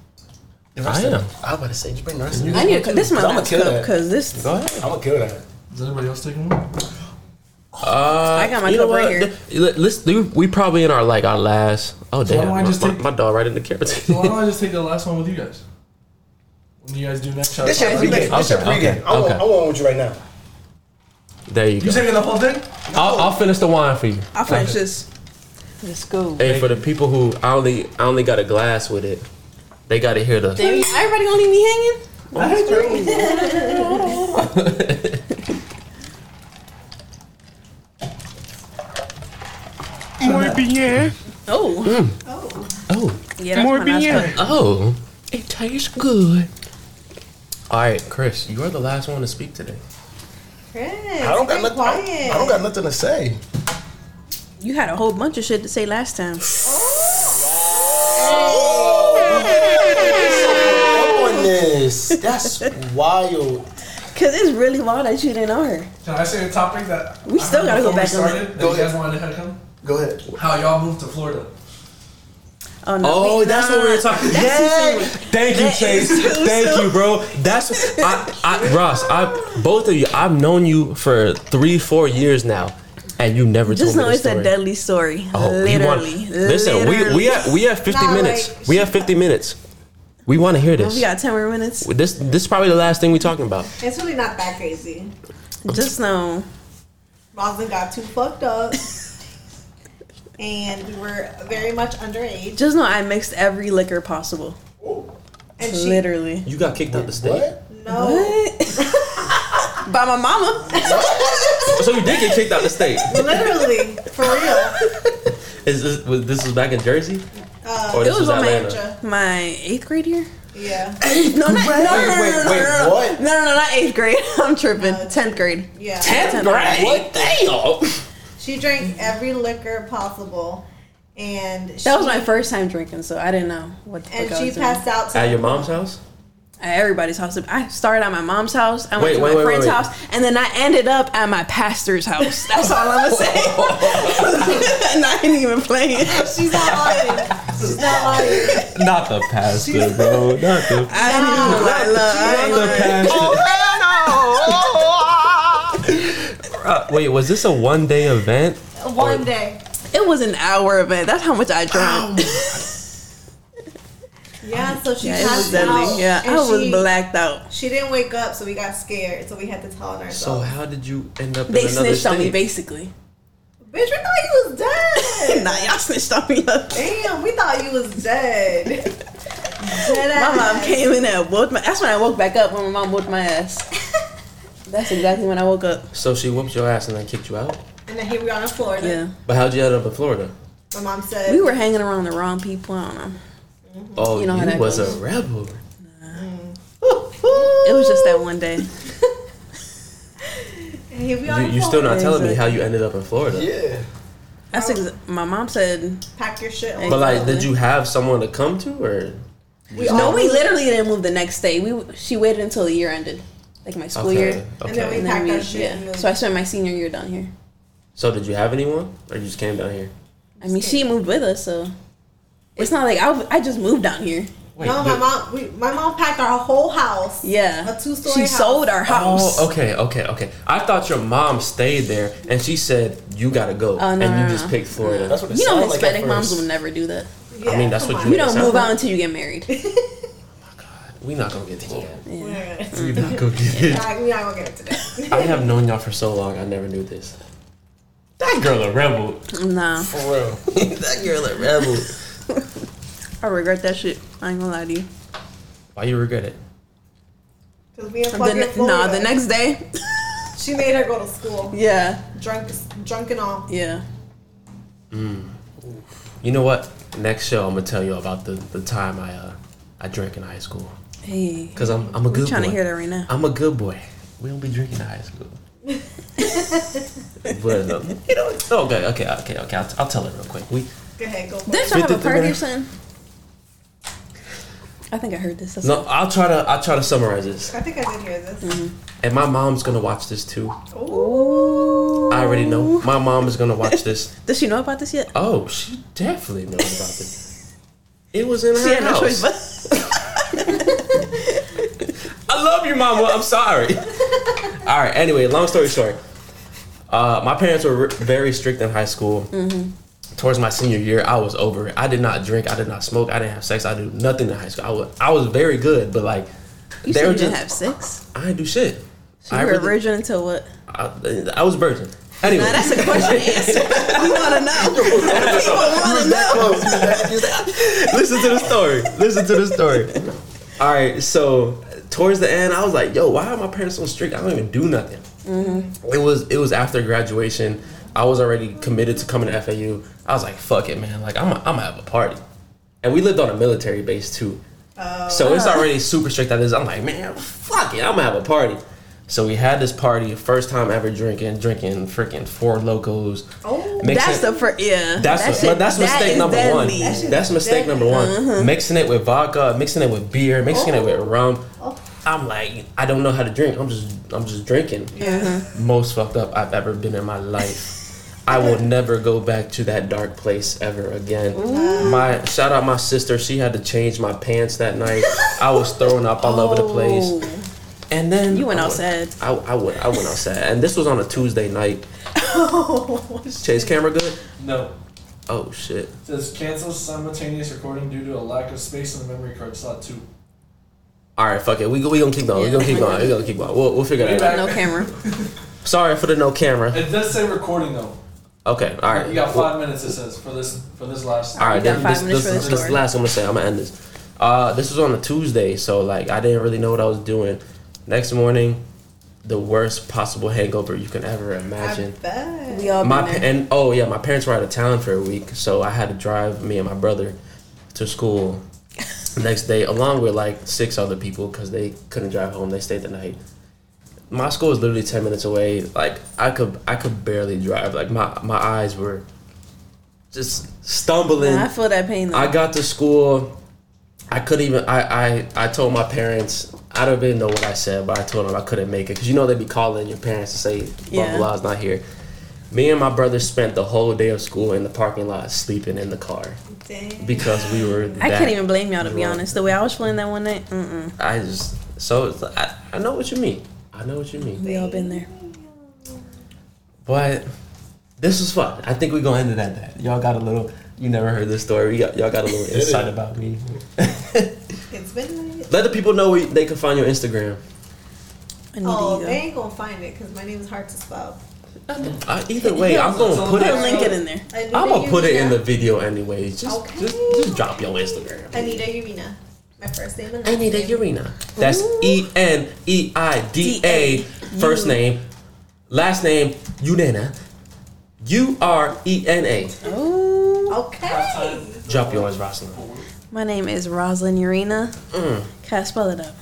S4: The
S3: I
S4: rest of
S3: am.
S4: them. I about to say, just bring the rest of
S2: I
S4: them.
S2: need a, this is my
S4: I'ma
S2: last
S4: kill
S2: cup
S4: that.
S2: because this
S3: Go ahead.
S4: I'm gonna kill that.
S7: Is anybody else taking one?
S3: Uh,
S2: I got my
S3: you know
S2: cup right
S3: what?
S2: here.
S3: Th- let- Let's do. We probably in our like our last. Oh
S7: So why
S3: damn!
S7: don't I
S3: My,
S7: just
S3: my-
S7: take-
S3: my dog right in the camera.
S7: So
S3: [LAUGHS]
S7: why don't I just take the last one with you guys? When you guys do next shot.
S4: This your
S7: I'll-
S4: pregame. This your
S3: Okay, okay,
S4: pregame. I want.
S3: okay.
S4: I want with you right now.
S3: there you
S7: You
S3: go.
S7: taking the whole thing?
S3: I'll, I'll finish the wine for you.
S2: I'll finish this. Let's go.
S3: Hey, for the people who I only I only got a glass with it, they got to hear the.
S2: Damn, everybody gonna leave me hanging? Oh.
S3: Oh,
S2: Yeah, that's my last cup.
S3: oh, it tastes good. All right, Chris, you are the last one to speak today.
S5: Chris,
S4: I don't got
S5: get
S4: nothing. I
S5: quiet.
S4: don't got nothing to say.
S2: You had a whole bunch of shit to say last time.
S4: Come on, this. That's wild.
S2: Cause it's really wild that you didn't know her.
S7: Can I say a topic that
S2: We
S7: I
S2: still
S7: heard
S2: gotta go
S7: before we
S2: back on
S4: Go
S7: started that you
S4: ahead.
S7: guys wanted to head come?
S4: Go ahead.
S7: How y'all moved to Florida?
S2: Oh, no,
S3: Oh,
S2: we-
S3: that's
S2: nah,
S3: what we were talking.
S2: that's
S3: Yeah.
S2: too soon.
S3: Thank you,
S2: That
S3: Chase.
S2: is too
S3: Thank
S2: soon.
S3: you, bro. That's I, I, Ross. I, both of you. I've known you for three, four years now, and you never
S2: Just
S3: told
S2: know
S3: me
S2: it's
S3: this
S2: a
S3: story.
S2: deadly story.
S3: Oh, you want-
S2: literally.
S3: listen, we we
S2: literally.
S3: have we have fifty
S5: Nah,
S3: minutes.
S5: like-
S3: we have fifty minutes. We want to hear
S2: Well,
S3: this.
S2: we got ten more minutes.
S3: This this is probably the last thing we're talking about.
S5: It's really not that crazy.
S2: Just know.
S5: Roslyn got too fucked up. And we were very much underage,
S2: Just know I mixed every liquor possible.
S5: and she
S2: Literally.
S3: You got kicked out the state.
S4: What?
S5: no,
S2: [LAUGHS] By my mama.
S3: So you did get kicked out the state.
S5: literally for real.
S3: [LAUGHS] Is this was, this was back in Jersey?
S5: Uh,
S3: Or this
S2: it was
S3: was,
S2: on my
S3: Atlanta?
S2: [LAUGHS] My eighth grade year?
S5: Yeah,
S2: No, not, no, no, no,
S4: Wait, wait,
S2: no, no,
S4: wait,
S2: no, no.
S4: what?
S2: No, no, no, not eighth grade. [LAUGHS] I'm tripping. Tenth grade.
S5: yeah.
S2: Tenth
S3: What? Damn.
S5: She drank every liquor possible, and she,
S2: That was my first time drinking, so I didn't know what the fuck
S5: and
S2: I
S5: she
S2: was
S5: passed out. To
S3: At your mom's house?
S2: doing. At everybody's house. I started at my mom's house. I went
S3: Wait,
S2: to
S3: wait,
S2: my
S3: wait,
S2: friend's
S3: wait, wait.
S2: house, and then I ended up at my pastor's house. That's all I'm gonna say. and I ain't even playing.
S5: [LAUGHS] She's not lying. She's not lying.
S3: Not the pastor, bro. Not the.
S2: I didn't even lie. Look, I ain't
S3: Not the [LAUGHS] pastor. Uh, wait, was this a one day event? Oh.
S5: One day.
S2: It was an hour event. That's how much I drank.
S5: Yeah, so she
S2: yeah, it was
S5: passed out.
S2: deadly. Yeah,
S5: and
S2: I was
S5: she,
S2: blacked out.
S5: She didn't wake up, so we got scared. So we had to tell on
S3: So
S5: ourselves.
S3: how did you end up?
S2: They
S3: in another
S2: snitched on me,
S3: state?
S2: basically.
S5: Bitch, we thought you was dead.
S2: nah, y'all snitched on me. Look.
S5: Damn, we thought you was dead. dead
S2: My mom
S5: ass.
S2: came in and woke my. That's when I woke back up when my mom whooped my ass. That's exactly when I woke up.
S3: So she whooped your ass and then kicked you out.
S5: [LAUGHS] And then here we are in Florida.
S2: Yeah,
S3: But how'd you end up in Florida?
S5: My mom said,
S2: we were hanging around the wrong people. I don't know.
S3: Oh, you,
S2: You know how that
S3: was
S2: goes.
S3: a rebel.
S2: It was just that one day.
S5: [LAUGHS] and here we are
S3: You,
S5: in
S3: you still not
S5: Florida.
S3: telling me how you ended up in Florida.
S4: Yeah.
S2: That's ex- my mom said.
S5: Pack your shit.
S3: But
S5: on.
S3: like, did you have someone to come to, or
S5: We
S2: No,
S5: all-
S2: we literally didn't move the next day. We she waited until the year ended, like my school year.
S5: And then
S3: Okay.
S5: we
S2: And then
S5: packed
S2: we,
S5: our shit. and
S2: yeah.
S5: moved.
S2: So I spent my senior year down here.
S3: So did you have anyone, or you just came down here?
S2: I mean, she moved with us, so it's not like I, w- I just moved down here.
S3: Wait,
S5: no, my mom. We, my mom packed our whole house.
S2: Yeah,
S5: A two-story
S2: She
S5: house.
S2: sold our house.
S3: Oh, okay, okay, okay. I thought your mom stayed there, and she said you gotta go,
S2: Oh, no,
S3: and you
S2: no,
S3: just
S2: no.
S3: picked Florida.
S4: That's what it
S2: You know,
S4: sounded like at
S2: Hispanic moms
S4: first.
S2: will never do that.
S5: Yeah,
S3: I mean, that's
S5: come
S3: what
S5: on.
S3: you
S2: You
S3: Wait,
S2: don't
S3: sounds
S2: move
S3: like-
S2: out until you get married. [LAUGHS]
S3: we not gonna get to that.
S5: We're
S3: We not gonna get
S2: [LAUGHS]
S3: it.
S5: not, we're not gonna get it today.
S3: I have known y'all for so long. I never knew this. That girl a rebel.
S2: Nah,
S4: For real.
S3: [LAUGHS] that girl a rebel.
S2: I regret that shit. I ain't gonna lie to you.
S3: Why you regret it?
S5: [LAUGHS] Cause we in
S2: The
S5: fucking
S2: ne- nah,
S5: Florida.
S2: the next day.
S5: She made her go to school,
S2: yeah,
S5: drunk, drunk and all.
S2: yeah.
S3: You know what? Next show, I'm gonna tell you about the, the time I uh I drank in high school.
S2: Hey,
S3: Cause I'm I'm a
S2: we're
S3: good
S2: trying
S3: boy.
S2: to hear that right now.
S3: I'm a good boy. We don't be drinking in high
S2: [LAUGHS]
S3: school. but um, you know, it's- okay, okay, okay, okay. I'll, I'll tell it real quick. We
S5: Go ahead, go for it.
S2: Didn't y'all have a
S3: 53
S2: party or
S3: minutes.
S2: something? I think I heard this. That's
S3: no, I'll try to I'll try to summarize this.
S5: I think I did hear this. [LAUGHS]
S2: Mm.
S3: And my mom's gonna watch this too.
S2: Ooh.
S3: I already know. My mom is gonna watch this.
S2: Does she know about this yet?
S3: Oh, she definitely knows about this. It was in her
S2: She had no
S3: house.
S2: choice
S3: [LAUGHS]
S2: but.
S3: I love you, mama.
S2: [LAUGHS]
S3: I'm sorry. All right. Anyway, long story short, uh, my parents were r- very strict in high school.
S2: Mm-hmm.
S3: Towards my senior year, I was over it. I did not drink. I did not smoke. I didn't have sex. I did nothing in high school. I was I was very good, but like
S2: You
S3: they
S2: said
S3: were
S2: you didn't
S3: just
S2: have sex.
S3: I didn't do shit.
S2: So
S3: I,
S2: you were a
S3: really-
S2: virgin until what?
S3: I, I was virgin. Anyway,
S2: Now that's a question to answer. We wanna
S3: [LAUGHS]
S2: know. People wanna know.
S3: listen to the story. Listen to the story. All right, so towards the end, I was like, "Yo, why are my parents so strict? I don't even do nothing."
S2: Mm-hmm.
S3: It was it was after graduation. I was already committed to coming to FAU. I was like, "Fuck it, man! Like, I'm i I'm gonna have a party," and we lived on a military base too.
S2: Oh.
S3: so it's already super strict at this. I'm like, "Man, fuck it! I'm gonna have a party." So we had this party, first time ever drinking, drinking freaking four locos.
S5: Oh,
S3: Mixing-
S2: That's the first. Yeah.
S3: that's
S2: That
S3: a-
S2: shit-
S3: but that's
S2: that
S3: mistake
S2: is Uh-huh.
S3: number
S2: deadly.
S3: one. That's mistake number one. Mixing it with vodka, mixing it with beer, mixing it with
S2: Oh.
S3: rum. I'm like, I don't
S2: [LAUGHS]
S3: know how to drink. I'm just, I'm just drinking. Most fucked up I've ever been in my life. I will never go back to that dark place ever again. My shout out my sister. She had to change my pants that night. I was thrown up all over the place. And
S2: Oh.
S3: then
S2: You went
S3: I
S2: outside.
S3: I, I went. I went outside, and this was on a Tuesday night. Chase camera good?
S7: No.
S3: Oh shit!
S7: It says cancel simultaneous recording due to a lack of space in the memory card slot two.
S3: All right, fuck it. We we gonna keep going. We gonna keep going. We gonna keep going. We'll, we'll figure it out.
S2: No camera.
S3: Sorry for the no camera.
S7: It does say recording though.
S3: Okay. All right.
S7: You got five minutes. It says for this for this last.
S3: All right,
S2: We got
S3: this,
S2: five
S3: this,
S2: minutes
S3: this,
S2: for
S3: this,
S2: this
S3: is
S2: story.
S3: the last I'm gonna say. I'm gonna end this. Uh, this was on a Tuesday, so like I didn't really know what I was doing. Next morning, the worst possible hangover you can ever imagine.
S5: bet.
S2: We all
S3: My
S2: been
S3: pa-
S2: there.
S3: and oh yeah, my parents were out of town for a week, so I had to drive me and my brother
S2: [LAUGHS]
S3: to school the next day, along with like six other people because they couldn't drive home. They stayed the night. My school was literally ten minutes away. Like I could, I could barely drive. Like my my eyes were just stumbling.
S2: Nah, I feel that pain. Though.
S3: I got to school. I couldn't even. I, I, I told my parents. I don't even know what I said, but I told them I couldn't make it because you know they be calling your parents to say blah
S2: Yeah.
S3: blah blah's not here. Me and my brother spent the whole day of school in the parking lot sleeping in the car
S5: Dang.
S3: because we were.
S2: I
S3: that-
S2: can't even blame y'all to be
S3: Right.
S2: honest. The way I was feeling that one night, mm-mm.
S3: I just so it's, I I know what you mean. I know what you mean.
S2: we all been there.
S3: But this was fun. I think we're gonna end it at that. Y'all got a little. You never heard this story. You got, y'all got a little insight about me. [LAUGHS]
S5: It's been like.
S3: Let the people know where they can find your Instagram.
S2: I need
S5: Oh,
S2: to
S5: they
S2: go.
S5: ain't gonna find it because my name is hard to spell.
S3: Uh, either way, I'm gonna
S2: Put
S3: put
S2: a
S3: it.
S2: link it in there.
S5: Anita
S3: I'm gonna put it in the
S5: Urina.
S3: video anyways. Just,
S5: Okay.
S3: just, just drop your Instagram.
S5: Anita Urina. My first name and last
S3: Anita
S5: name.
S3: Urina. That's E N E I D A. First name, last name Unena. U R E N A.
S2: Ooh.
S5: Okay.
S3: Drop yours, Rosalind.
S2: Oh. My name is Roslyn Urina.
S3: Mm.
S2: Can I spell it out?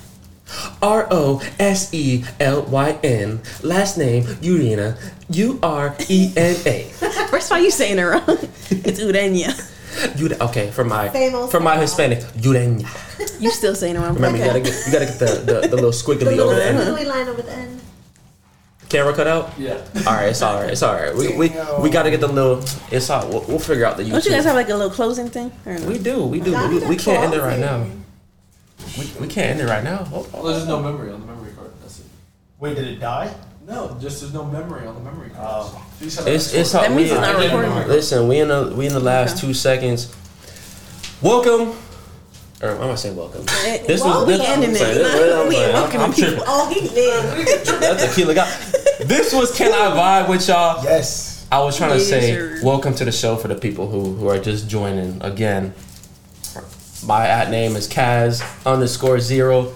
S3: R O S E L Y N. Last name Urina. U R E N A.
S2: [LAUGHS] First of all, you saying it wrong. [LAUGHS] it's Urania.
S3: Ude- Okay, for my
S5: Same old
S3: for my
S5: same old.
S3: Hispanic Urena.
S2: You still saying it wrong.
S3: Remember, you
S2: Okay.
S3: gotta get you gotta get the, the, the [LAUGHS] little squiggly over the end.
S5: Squiggly line over the end.
S3: Camera cut out.
S7: Yeah.
S3: All right, it's all right. It's all right. We we, we gotta get the little. It's all. We'll, we'll figger out the YouTube.
S2: Don't you guys have like a little closing thing? Or no?
S3: we do. We do.
S5: Not
S3: We, we
S5: even
S3: can't end it right
S5: closing.
S3: now. We, we can't end it right now. Oh,
S7: Well, there's just no memory on the memory card. That's it.
S4: Wait, did it die?
S7: No, just there's no memory on the memory card.
S4: Oh.
S7: So you said
S3: It's it's all,
S2: That means
S3: we-
S2: it's not recording.
S3: Listen, we in the we in the last
S2: Okay.
S3: two seconds. Welcome. Or I'm gonna say welcome.
S2: Eh,
S3: This
S2: why
S3: was
S2: are we
S3: this,
S2: ending
S3: I'm
S2: it?
S3: saying, this-
S2: [LAUGHS]
S3: I'm
S2: We
S3: saying,
S2: ain't
S3: I'm-
S2: welcoming
S3: I'm tripping.
S5: Oh, he did.
S3: That tequila got. This was can I vibe with y'all?
S4: Yes.
S3: I was trying to
S2: Yes,
S3: say
S2: sir.
S3: welcome to the show for the people who who are just joining again. My at name is Kaz underscore zero.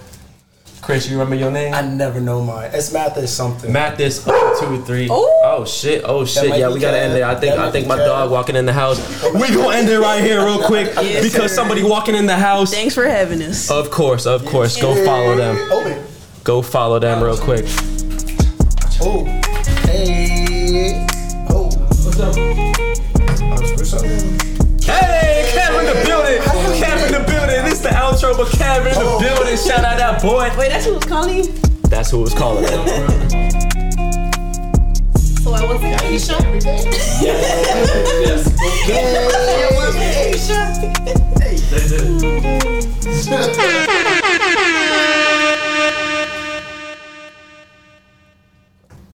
S3: Chris, you remember your name?
S4: I never know mine. It's math or something.
S3: Matt this up two three. Oh shit! Oh shit!
S4: might
S3: Yeah,
S4: be
S3: we gotta
S4: Kev.
S3: end it. I think
S4: That
S3: I
S4: might
S3: think
S4: be
S3: my
S4: Kev.
S3: dog walking in the house.
S4: [LAUGHS]
S3: We gonna end it right here real quick
S2: Yes,
S3: because
S2: sir.
S3: somebody walking in the house.
S2: Thanks for having us.
S3: Of course, of course. Go follow them.
S4: Open.
S3: Go follow them real quick.
S4: Oh. Hey. Oh. What's up? What's up?
S3: Hey, Kev in the building. Kev in the building. This the outro, but Kev in
S4: Oh.
S3: the building. Shout out that boy.
S2: Wait, that's who was calling.
S3: That's who it was calling.
S5: So I was like, Keisha.
S4: Yay.
S7: They did.
S4: Hey.